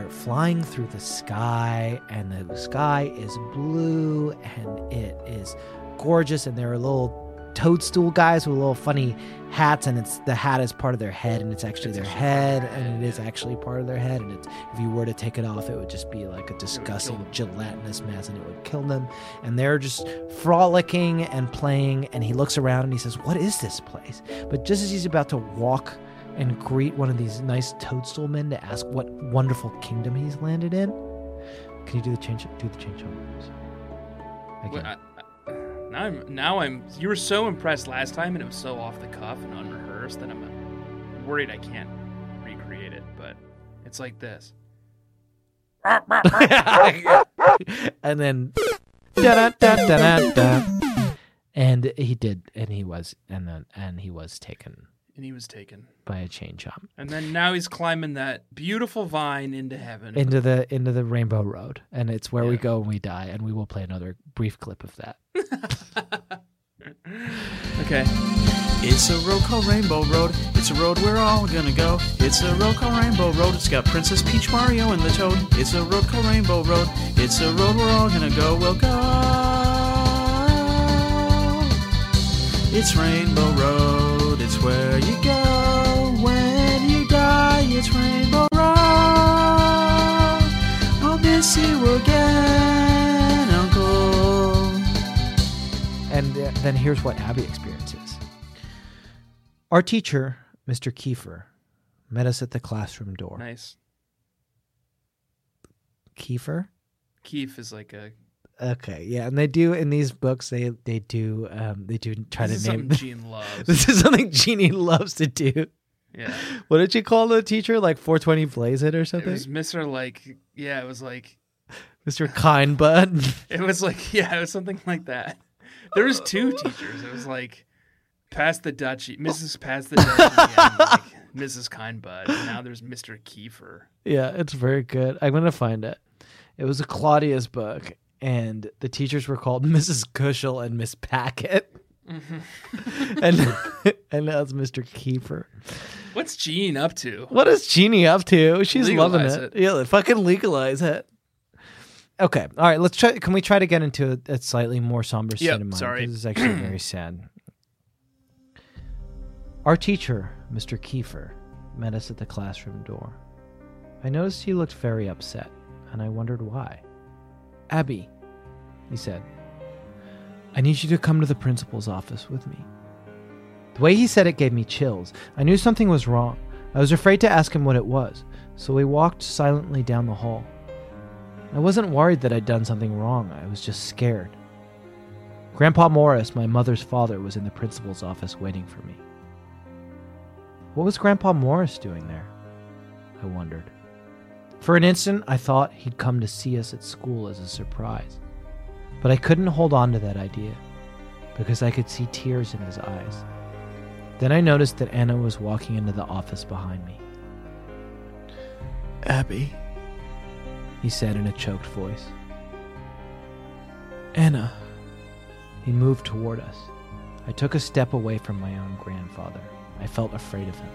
[SPEAKER 2] they're flying through the sky and the sky is blue and it is gorgeous and there are little toadstool guys with little funny hats, and it's the hat is part of their head, and it's actually their head, and it is actually part of their head. And it's, if you were to take it off, it would just be like a disgusting gelatinous mess, and it would kill them. And they're just frolicking and playing. And he looks around and he says, "What is this place?" But just as he's about to walk and greet one of these nice toadstool men to ask what wonderful kingdom he's landed in, can you do the change? Do the change orders.
[SPEAKER 3] Wait, I, I, now I'm now I'm. You were so impressed last time, and it was so off the cuff and unrehearsed that I'm uh, worried I can't recreate it. But it's like this.
[SPEAKER 2] and then Da-da-da-da-da. and he did and he was and then and he was taken
[SPEAKER 3] And he was taken.
[SPEAKER 2] by a chain chomp
[SPEAKER 3] And then now he's climbing that beautiful vine into heaven.
[SPEAKER 2] into the into the rainbow road and it's where we
[SPEAKER 3] Yeah.
[SPEAKER 2] go and we die and we will play another brief clip of that
[SPEAKER 3] okay.
[SPEAKER 5] It's a road called Rainbow Road. It's a road we're all gonna go. It's a road called Rainbow Road. It's got Princess Peach, Mario, and the Toad. It's a road called Rainbow Road. It's a road we're all gonna go. We'll go. It's Rainbow Road. It's where you go when you die. It's Rainbow Road. I'll miss you again, Uncle.
[SPEAKER 2] and uh, then here's what abby experiences our teacher mr kiefer met us at the classroom door
[SPEAKER 3] Nice.
[SPEAKER 2] kiefer
[SPEAKER 3] Keef is like a.
[SPEAKER 2] okay yeah and they do in these books they they do um they do try
[SPEAKER 3] This is
[SPEAKER 2] to name
[SPEAKER 3] something Gene loves.
[SPEAKER 2] this is something Jeannie loves to do.
[SPEAKER 3] yeah.
[SPEAKER 2] What did she call the teacher? Like 420 blaze it or
[SPEAKER 3] It
[SPEAKER 2] something?
[SPEAKER 3] was Mr. Like yeah. It was like
[SPEAKER 2] Mr. Kind Bud.
[SPEAKER 3] It was like, yeah, it was something like that. There was two teachers. It was like, pass the Dutchie, Mrs. Pass the Dutchie, and like Mrs. Kindbud. And now there's Mr. Kiefer.
[SPEAKER 2] yeah, it's very good. I'm gonna find it. It was a Claudius book, and the teachers were called Mrs. Cushel and Miss Packet. and and now it's Mr. Kiefer.
[SPEAKER 3] What's Jean up to?
[SPEAKER 2] What is Jeannie up to? She's
[SPEAKER 3] Legalize
[SPEAKER 2] loving it.
[SPEAKER 3] it.
[SPEAKER 2] Yeah, fucking legalize it. Okay, all right. Let's try. Can we try to get into a, a slightly more somber state
[SPEAKER 3] Yep,
[SPEAKER 2] of mind?
[SPEAKER 3] sorry.
[SPEAKER 2] 'Cause This is actually very sad. Our teacher, Mr. Kiefer, met us at the classroom door. I noticed he looked very upset, and I wondered why. Abby, he said, I need you to come to the principal's office with me. The way he said it gave me chills. I knew something was wrong. I was afraid to ask him what it was, so we walked silently down the hall. I wasn't worried that I'd done something wrong, I was just scared. Grandpa Morris, my mother's father, was in the principal's office waiting for me. What was Grandpa Morris doing there? I wondered. For an instant, I thought he'd come to see us at school as a surprise. But I couldn't hold on to that idea, because I could see tears in his eyes. Then I noticed that Anna was walking into the office behind me.
[SPEAKER 5] Abby.
[SPEAKER 2] he said in a choked voice. Anna. He moved toward us. I took a step away from my own grandfather. I felt afraid of him.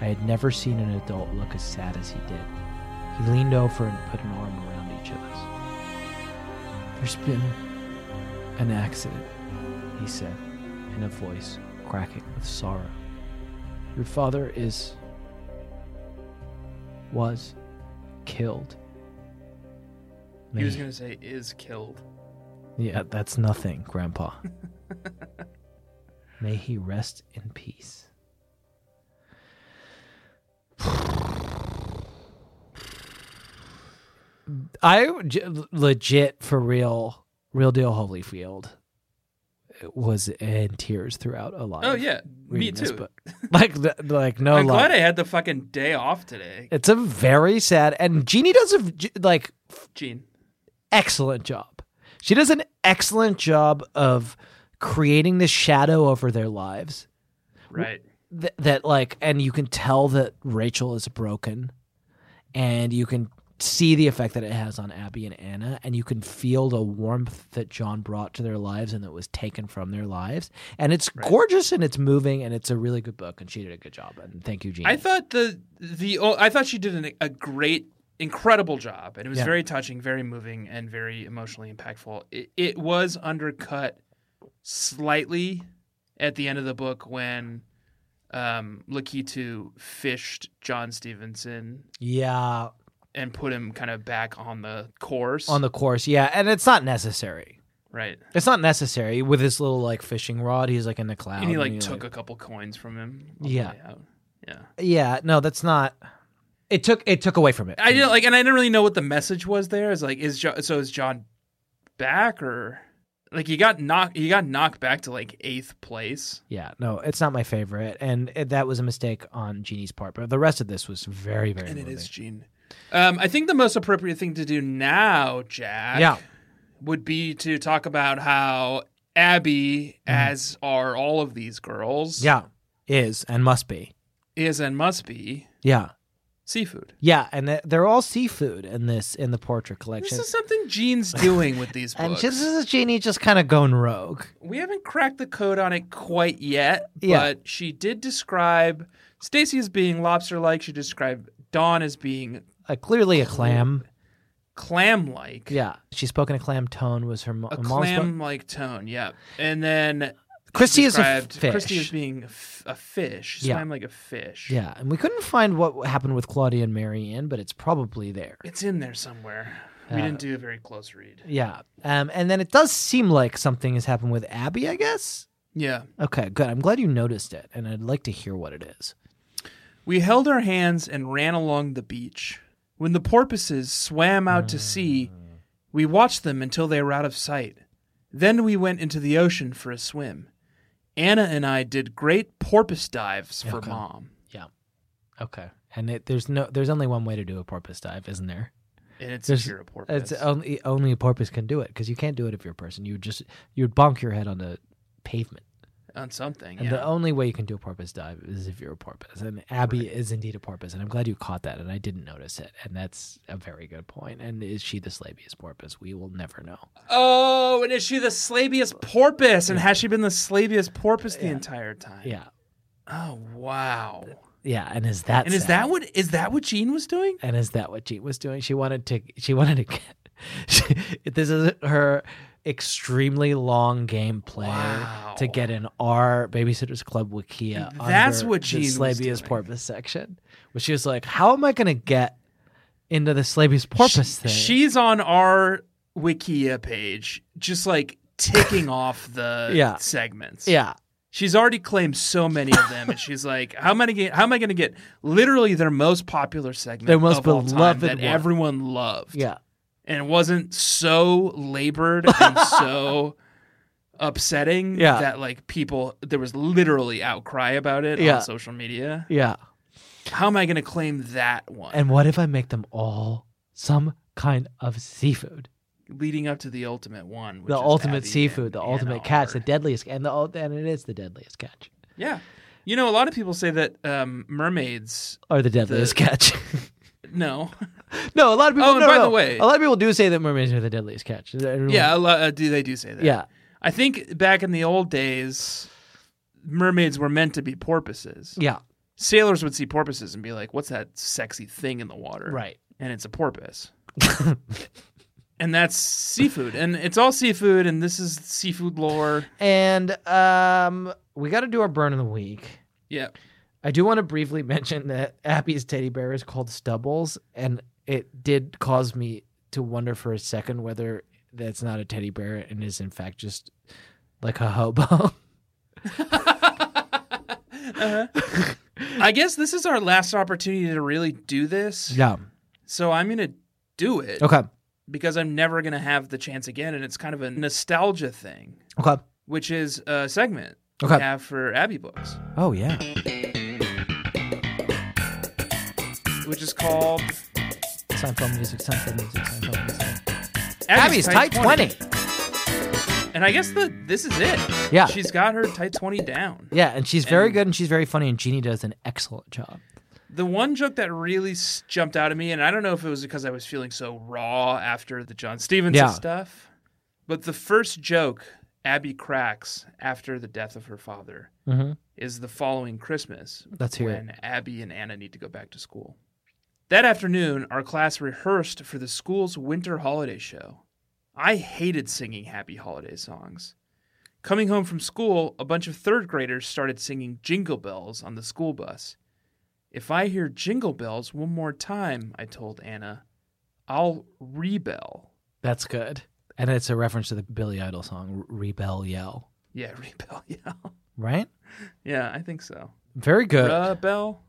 [SPEAKER 2] I had never seen an adult look as sad as he did. He leaned over and put an arm around each of us. There's been an accident, he said, in a voice cracking with sorrow. Your father is. was killed.
[SPEAKER 3] He
[SPEAKER 2] Man.
[SPEAKER 3] was going to say, is killed.
[SPEAKER 2] Yeah, that's nothing, Grandpa. May he rest in peace. I j- legit for real, real deal Holyfield was in tears throughout a lot.
[SPEAKER 3] Oh,
[SPEAKER 2] of
[SPEAKER 3] yeah. Me
[SPEAKER 2] reading this
[SPEAKER 3] too.
[SPEAKER 2] book. Like, th- like no
[SPEAKER 3] I'm
[SPEAKER 2] lie.
[SPEAKER 3] glad I had the fucking day off today,
[SPEAKER 2] it's a very sad, and Jeannie does a v- like
[SPEAKER 3] Jean.
[SPEAKER 2] excellent job. She does an excellent job of creating this shadow over their lives
[SPEAKER 3] Right.
[SPEAKER 2] th- that like and you can tell that Rachel is broken and you can see the effect that it has on Abby and Anna and you can feel the warmth that John brought to their lives and that was taken from their lives and it's gorgeous and it's moving and it's a really good book and she did a good job and thank you Jeannie.
[SPEAKER 3] I thought the the oh, I thought she did an, a great, incredible job, and it was
[SPEAKER 2] Yeah.
[SPEAKER 3] very touching, very moving, and very emotionally impactful. It, it was undercut slightly at the end of the book when um, Lakitu fished John Stevenson
[SPEAKER 2] Yeah,
[SPEAKER 3] and put him kind of back on the course.
[SPEAKER 2] on the course. Yeah, and it's not necessary.
[SPEAKER 3] right,
[SPEAKER 2] It's not necessary with his little like fishing rod. He's like in the cloud.
[SPEAKER 3] and he like took a couple coins from him. on the
[SPEAKER 2] Yeah.
[SPEAKER 3] way out. yeah.
[SPEAKER 2] Yeah, no, that's not. It took it took away from it.
[SPEAKER 3] I didn't like, and I didn't really know what the message was. There is like, is jo- so is John back or like he got knocked? He got knocked back to like eighth place.
[SPEAKER 2] yeah, no, it's not my favorite, and it, that was a mistake on Jeannie's part. But the rest of this was very very.
[SPEAKER 3] and it
[SPEAKER 2] moving.
[SPEAKER 3] is Gene. Um, I think the most appropriate thing to do now, Jack,
[SPEAKER 2] Yeah.
[SPEAKER 3] would be to talk about how Abby, as are all of these girls,
[SPEAKER 2] Mm-hmm. Yeah, is and must be.
[SPEAKER 3] is and must be
[SPEAKER 2] Yeah,
[SPEAKER 3] seafood.
[SPEAKER 2] yeah, and th- they're all seafood in this in the portrait
[SPEAKER 3] This
[SPEAKER 2] collection.
[SPEAKER 3] is something Gene's doing with these
[SPEAKER 2] and
[SPEAKER 3] books.
[SPEAKER 2] just this is Jeannie just kind of going rogue.
[SPEAKER 3] we haven't cracked the code on it quite yet,
[SPEAKER 2] Yeah.
[SPEAKER 3] but she did describe Stacy as being lobster-like. She described Dawn as being
[SPEAKER 2] Uh, clearly a clam.
[SPEAKER 3] clam-like.
[SPEAKER 2] Yeah, she spoke in a clam tone. Was her mo-
[SPEAKER 3] a
[SPEAKER 2] mom's mo-
[SPEAKER 3] clam-like tone. Yeah, and then
[SPEAKER 2] Christy is a f-
[SPEAKER 3] described Christy
[SPEAKER 2] fish.
[SPEAKER 3] as being a, f- a fish. She
[SPEAKER 2] Yeah.
[SPEAKER 3] swam like a fish.
[SPEAKER 2] Yeah, and we couldn't find what happened with Claudia and Marianne, but it's probably there.
[SPEAKER 3] it's in there somewhere. We
[SPEAKER 2] Yeah.
[SPEAKER 3] didn't do a very close read.
[SPEAKER 2] Yeah, um, and then it does seem like something has happened with Abby. I guess.
[SPEAKER 3] Yeah,
[SPEAKER 2] Okay, good. I'm glad you noticed it, and I'd like to hear what it is.
[SPEAKER 3] we held our hands and ran along the beach. When the porpoises swam out to sea, we watched them until they were out of sight. Then we went into the ocean for a swim. Anna and I did great porpoise dives for
[SPEAKER 2] Okay.
[SPEAKER 3] mom.
[SPEAKER 2] Yeah. Okay. And it, there's no, there's only one way to do a porpoise dive, isn't there?
[SPEAKER 3] And it's
[SPEAKER 2] There's-
[SPEAKER 3] if you're a porpoise.
[SPEAKER 2] It's only only a porpoise can do it because you can't do it if you're a person. You would just you would bonk your head on the pavement.
[SPEAKER 3] on something.
[SPEAKER 2] And
[SPEAKER 3] yeah.
[SPEAKER 2] the only way you can do a porpoise dive is if you're a porpoise. And Abby is indeed a porpoise. And I'm glad you caught that. And I didn't notice it. And that's a very good point. And is she the slaviest porpoise? We will never know.
[SPEAKER 3] Oh, and is she the slaviest porpoise? And has she been the slaviest porpoise the entire time?
[SPEAKER 2] Yeah.
[SPEAKER 3] Oh wow.
[SPEAKER 2] Yeah. And is that
[SPEAKER 3] and is
[SPEAKER 2] sad?
[SPEAKER 3] that what is that what Gene was doing?
[SPEAKER 2] and is that what Jean was doing? She wanted to. She wanted to get. She, this is her extremely long game player
[SPEAKER 3] Wow.
[SPEAKER 2] to get in our Babysitters Club Wikia.
[SPEAKER 3] That's
[SPEAKER 2] under
[SPEAKER 3] what Jean
[SPEAKER 2] the
[SPEAKER 3] was
[SPEAKER 2] Slavia's
[SPEAKER 3] doing.
[SPEAKER 2] porpoise section. Where she was like, "How am I going to get into the Slavia's porpoise thing?"
[SPEAKER 3] She's on our Wikia page, just like ticking off the
[SPEAKER 2] Yeah.
[SPEAKER 3] segments.
[SPEAKER 2] yeah,
[SPEAKER 3] She's already claimed so many of them, and she's like, "How am I gonna get? How am I gonna get? Literally, their most popular segment,
[SPEAKER 2] Their most
[SPEAKER 3] of all time
[SPEAKER 2] beloved
[SPEAKER 3] that
[SPEAKER 2] one.
[SPEAKER 3] everyone loved,
[SPEAKER 2] yeah,
[SPEAKER 3] and it wasn't so labored and so upsetting
[SPEAKER 2] Yeah.
[SPEAKER 3] that like people there was literally outcry about it
[SPEAKER 2] Yeah.
[SPEAKER 3] on social media.
[SPEAKER 2] yeah.
[SPEAKER 3] How am I going to claim that one?
[SPEAKER 2] And what if I make them all some kind of seafood?
[SPEAKER 3] leading up to the ultimate one, which
[SPEAKER 2] the
[SPEAKER 3] is
[SPEAKER 2] ultimate
[SPEAKER 3] Abby
[SPEAKER 2] seafood,
[SPEAKER 3] and-
[SPEAKER 2] the
[SPEAKER 3] and
[SPEAKER 2] ultimate catch,
[SPEAKER 3] Oliver.
[SPEAKER 2] the deadliest, and the ul- and it is the deadliest catch,
[SPEAKER 3] yeah. You know, a lot of people say that um, mermaids.
[SPEAKER 2] or the deadliest catch.
[SPEAKER 3] No,
[SPEAKER 2] No, a lot of people.
[SPEAKER 3] Oh, and
[SPEAKER 2] no,
[SPEAKER 3] by
[SPEAKER 2] no.
[SPEAKER 3] the way-
[SPEAKER 2] a lot of people do say that mermaids are the deadliest catch. Everyone-
[SPEAKER 3] yeah, a lot, uh, do they do say that?
[SPEAKER 2] yeah,
[SPEAKER 3] I think back in the old days, mermaids were meant to be porpoises.
[SPEAKER 2] yeah.
[SPEAKER 3] Sailors would see porpoises and be like, "What's that sexy thing in the water?"
[SPEAKER 2] Right.
[SPEAKER 3] and it's a porpoise. and that's seafood. And it's all seafood, and this is seafood lore.
[SPEAKER 2] And um, we got to do our burn of the week.
[SPEAKER 3] Yeah.
[SPEAKER 2] I do want to briefly mention that Appy's teddy bear is called Stubbles, and it did cause me to wonder for a second whether that's not a teddy bear and is in fact just like a hobo.
[SPEAKER 3] I guess this is our last opportunity to really do this.
[SPEAKER 2] yeah.
[SPEAKER 3] So I'm going to do it
[SPEAKER 2] Okay.
[SPEAKER 3] because I'm never going to have the chance again. And it's kind of a nostalgia thing,
[SPEAKER 2] Okay.
[SPEAKER 3] which is a segment
[SPEAKER 2] Okay.
[SPEAKER 3] we have for Abby Books,
[SPEAKER 2] Oh yeah.
[SPEAKER 3] which is called
[SPEAKER 2] Seinfeld music. Seinfeld music. Seinfeld music.
[SPEAKER 3] Abby's,
[SPEAKER 2] tight twenty.
[SPEAKER 3] And I guess the, this is it.
[SPEAKER 2] Yeah.
[SPEAKER 3] She's got her tight 20 down.
[SPEAKER 2] Yeah, and she's very
[SPEAKER 3] And-
[SPEAKER 2] good and she's very funny, and Jeannie does an excellent job.
[SPEAKER 3] The one joke that really s- jumped out at me, and I don't know if it was because I was feeling so raw after the John Stevenson
[SPEAKER 2] Yeah.
[SPEAKER 3] stuff, but the first joke Abby cracks after the death of her father
[SPEAKER 2] Mm-hmm.
[SPEAKER 3] is the following Christmas
[SPEAKER 2] Let's hear it.
[SPEAKER 3] when Abby and Anna need to go back to school. That afternoon, our class rehearsed for the school's winter holiday show. I hated singing happy holiday songs. Coming home from school, a bunch of third graders started singing Jingle Bells on the school bus. If I hear Jingle Bells one more time, I told Anna, I'll rebel.
[SPEAKER 2] That's good. And it's a reference to the Billy Idol song, R- Rebel Yell,
[SPEAKER 3] Yeah, rebel, yeah.
[SPEAKER 2] right?
[SPEAKER 3] Yeah, I think so.
[SPEAKER 2] Very good.
[SPEAKER 3] Rebel,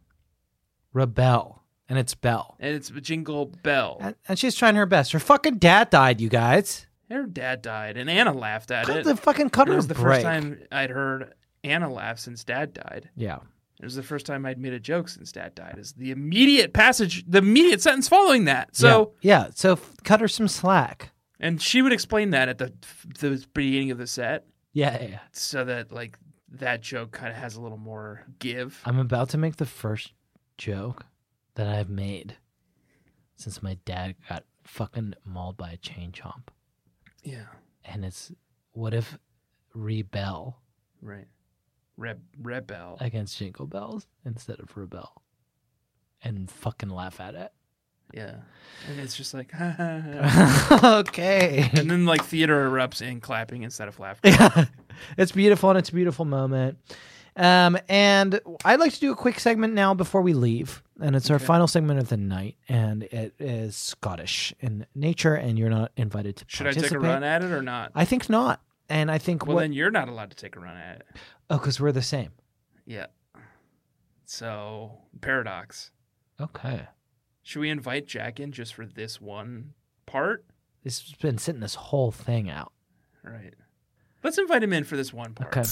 [SPEAKER 2] Rebel. And it's Bell.
[SPEAKER 3] and it's Jingle Bell.
[SPEAKER 2] And, and she's trying her best. Her fucking dad died, you guys.
[SPEAKER 3] Her dad died, and Anna laughed at
[SPEAKER 2] Cut
[SPEAKER 3] it.
[SPEAKER 2] the fucking
[SPEAKER 3] And
[SPEAKER 2] cutter
[SPEAKER 3] it was the
[SPEAKER 2] break.
[SPEAKER 3] first time I'd heard Anna laugh since Dad died.
[SPEAKER 2] Yeah.
[SPEAKER 3] It was the first time I'd made a joke since Dad died. Is the immediate passage, the immediate sentence following that. So,
[SPEAKER 2] yeah, yeah. so f- cut her some slack.
[SPEAKER 3] and she would explain that at the the beginning of the set,
[SPEAKER 2] Yeah, yeah, yeah.
[SPEAKER 3] so that like that joke kind of has a little more give.
[SPEAKER 2] I'm about to make the first joke that I've made since my dad got fucking mauled by a chain chomp.
[SPEAKER 3] Yeah,
[SPEAKER 2] And it's what if rebel
[SPEAKER 3] right. Reb rebel.
[SPEAKER 2] against jingle bells instead of rebel? And fucking laugh at it.
[SPEAKER 3] yeah, and it's just like, ha, ha, ha.
[SPEAKER 2] okay.
[SPEAKER 3] and then like theater erupts in clapping instead of laughter.
[SPEAKER 2] Yeah. It's beautiful and it's a beautiful moment. Um, and I'd like to do a quick segment now before we leave. And it's our final segment of the night, and it is Scottish in nature, and you're not invited to
[SPEAKER 3] Should I
[SPEAKER 2] participate.
[SPEAKER 3] take a run at it or not?
[SPEAKER 2] I think not. And I think
[SPEAKER 3] well,
[SPEAKER 2] what?
[SPEAKER 3] then you're not allowed to take a run at it.
[SPEAKER 2] oh, because we're the same.
[SPEAKER 3] Yeah. So paradox.
[SPEAKER 2] Okay.
[SPEAKER 3] Should we invite Jack in just for this one part?
[SPEAKER 2] This has been sitting this whole thing out.
[SPEAKER 3] All right. Let's invite him in for this one part.
[SPEAKER 2] Okay.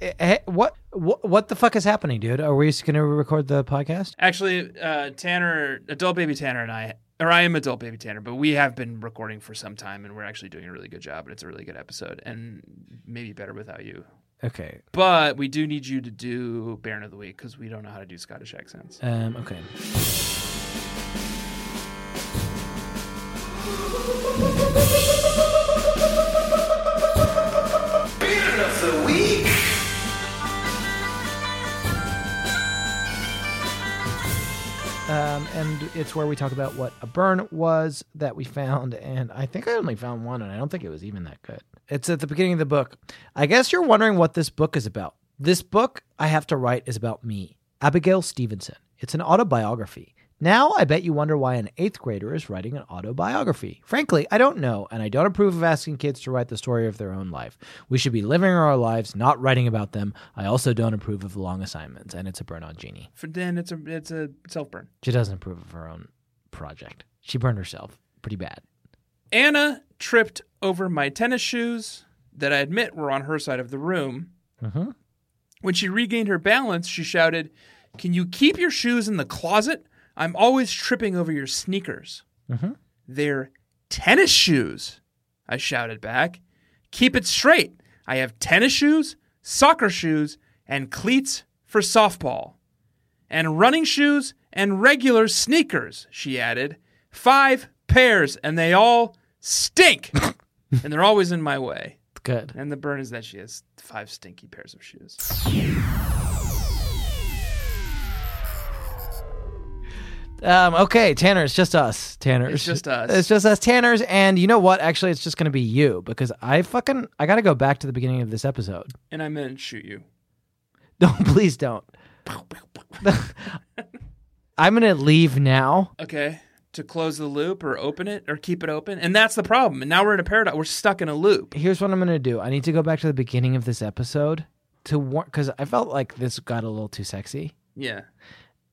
[SPEAKER 2] Eh, eh, What what what the fuck is happening, dude? Are we just gonna record the podcast?
[SPEAKER 3] Actually, uh, Tanner, adult baby Tanner, and I, or I am adult baby Tanner, but we have been recording for some time, and we're actually doing a really good job, and it's a really good episode, and maybe better without you.
[SPEAKER 2] Okay.
[SPEAKER 3] But we do need you to do Baron of the Week because we don't know how to do Scottish accents.
[SPEAKER 2] Um. Okay. Um, and it's where we talk about what a burn was that we found. And I think I only found one, and I don't think it was even that good. It's at the beginning of the book. I guess you're wondering what this book is about. This book I have to write is about me, Abigail Stevenson. It's an autobiography. Now I bet you wonder why an eighth grader is writing an autobiography. Frankly, I don't know, and I don't approve of asking kids to write the story of their own life. We should be living our lives, not writing about them. I also don't approve of long assignments, and it's a burn on Genie.
[SPEAKER 3] For then it's a it's a self burn.
[SPEAKER 2] She doesn't approve of her own project. She burned herself pretty bad.
[SPEAKER 3] Anna tripped over my tennis shoes that I admit were on her side of the room.
[SPEAKER 2] Mm-hmm.
[SPEAKER 3] When she regained her balance, she shouted, Can you keep your shoes in the closet? I'm always tripping over your sneakers.
[SPEAKER 2] Mhm.
[SPEAKER 3] They're tennis shoes, I shouted back. Keep it straight. I have tennis shoes, soccer shoes, and cleats for softball, and running shoes and regular sneakers, she added. Five pairs, and they all stink. and they're always in my way.
[SPEAKER 2] Good.
[SPEAKER 3] And the burn is that she has five stinky pairs of shoes.
[SPEAKER 2] Um, okay, Tanner, it's just us. Tanner,
[SPEAKER 3] It's just us.
[SPEAKER 2] It's just us, Tanners. And you know what? Actually, it's just going to be you because I fucking I got to go back to the beginning of this episode.
[SPEAKER 3] and I'm gonna shoot you.
[SPEAKER 2] No, please don't. I'm going to leave now.
[SPEAKER 3] Okay. To close the loop or open it or keep it open. And that's the problem. And now we're in a paradox. We're stuck in a loop.
[SPEAKER 2] Here's what I'm going to do. I need to go back to the beginning of this episode to warn because I felt like this got a little too sexy,
[SPEAKER 3] Yeah.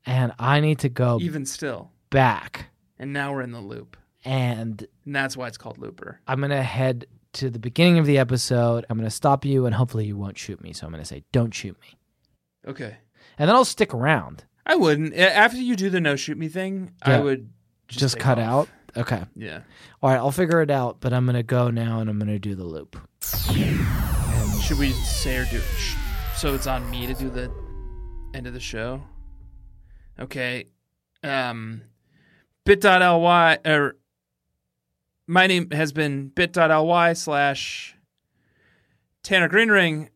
[SPEAKER 2] and I need to go
[SPEAKER 3] Even still.
[SPEAKER 2] back
[SPEAKER 3] And now we're in the loop.
[SPEAKER 2] and
[SPEAKER 3] And that's why it's called Looper.
[SPEAKER 2] I'm going to head to the beginning of the episode. I'm going to stop you and hopefully you won't shoot me. So I'm going to say, don't shoot me.
[SPEAKER 3] Okay.
[SPEAKER 2] And then I'll stick around.
[SPEAKER 3] I wouldn't. A- After you do the no shoot me thing, I
[SPEAKER 2] Yeah.
[SPEAKER 3] would just,
[SPEAKER 2] Just,
[SPEAKER 3] take
[SPEAKER 2] cut
[SPEAKER 3] off.
[SPEAKER 2] out. Okay.
[SPEAKER 3] Yeah.
[SPEAKER 2] All right. I'll figure it out, but I'm going to go now and I'm going to do the loop.
[SPEAKER 3] Should we say or do? Sh- so it's on me to do the end of the show. Okay. Um, bit.ly or my name has been bit.ly slash Tanner Greenring.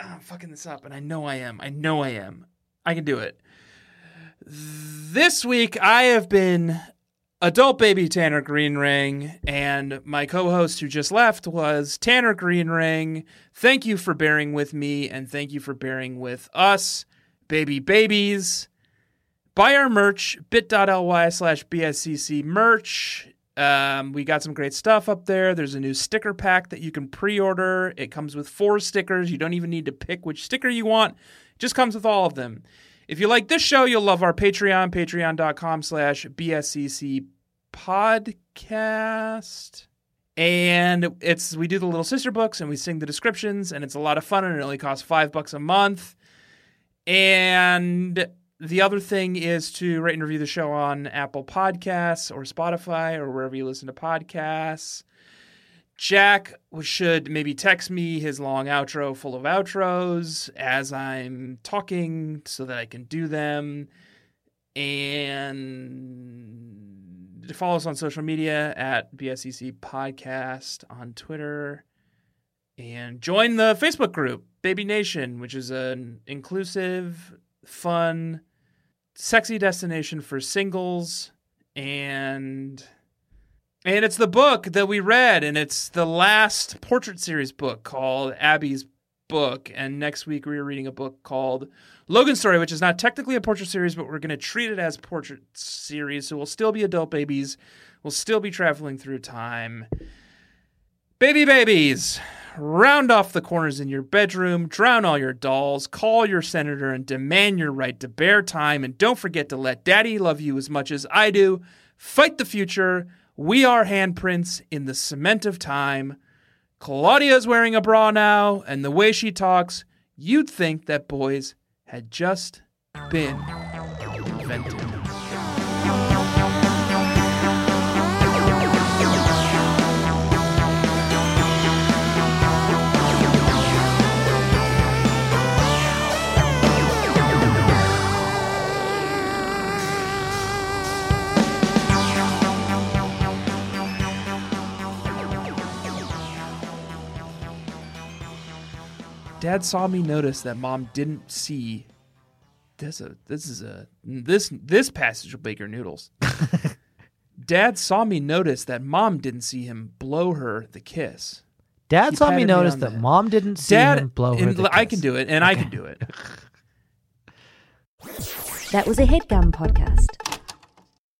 [SPEAKER 3] Ah, I'm fucking this up, and I know I am. I know I am. I can do it. This week I have been adult baby Tanner Green Ring, and my co host who just left was Tanner Green Ring. Thank you for bearing with me, and thank you for bearing with us, baby babies. Buy our merch, bit.ly slash BSCC merch. Um, we got some great stuff up there. There's a new sticker pack that you can pre order. It comes with four stickers. You don't even need to pick which sticker you want, it just comes with all of them. If you like this show, you'll love our Patreon, patreon.com slash BSCC podcast. And it's we do the little sister books and we sing the descriptions and it's a lot of fun and it only costs five bucks a month. And the other thing is to rate and review the show on Apple Podcasts or Spotify or wherever you listen to podcasts. Jack should maybe text me his long outro full of outros as I'm talking so that I can do them. And follow us on social media at BSEC Podcast on Twitter. And join the Facebook group, Baby Nation, which is an inclusive, fun, sexy destination for singles. And. And it's the book that we read, and it's the last portrait series book called Abby's Book. And next week we are reading a book called Logan's Story, which is not technically a portrait series, but we're going to treat it as portrait series. So we'll still be adult babies. We'll still be traveling through time. Baby babies, round off the corners in your bedroom, drown all your dolls, call your senator and demand your right to bear time, and don't forget to let daddy love you as much as I do. Fight the future. We are handprints in the cement of time. Claudia's wearing a bra now, and the way she talks, you'd think that boys had just been invented. Dad saw me notice that mom didn't see. This a this is a this this passage of Baker Noodles. Dad saw me notice that mom didn't see him blow her the kiss.
[SPEAKER 2] Dad
[SPEAKER 3] He
[SPEAKER 2] saw me
[SPEAKER 3] patted me
[SPEAKER 2] notice
[SPEAKER 3] on
[SPEAKER 2] that
[SPEAKER 3] the-
[SPEAKER 2] mom didn't see
[SPEAKER 3] Dad,
[SPEAKER 2] him blow her
[SPEAKER 3] and
[SPEAKER 2] the
[SPEAKER 3] I
[SPEAKER 2] kiss.
[SPEAKER 3] can do it, and I can do it.
[SPEAKER 1] That was a headgum podcast.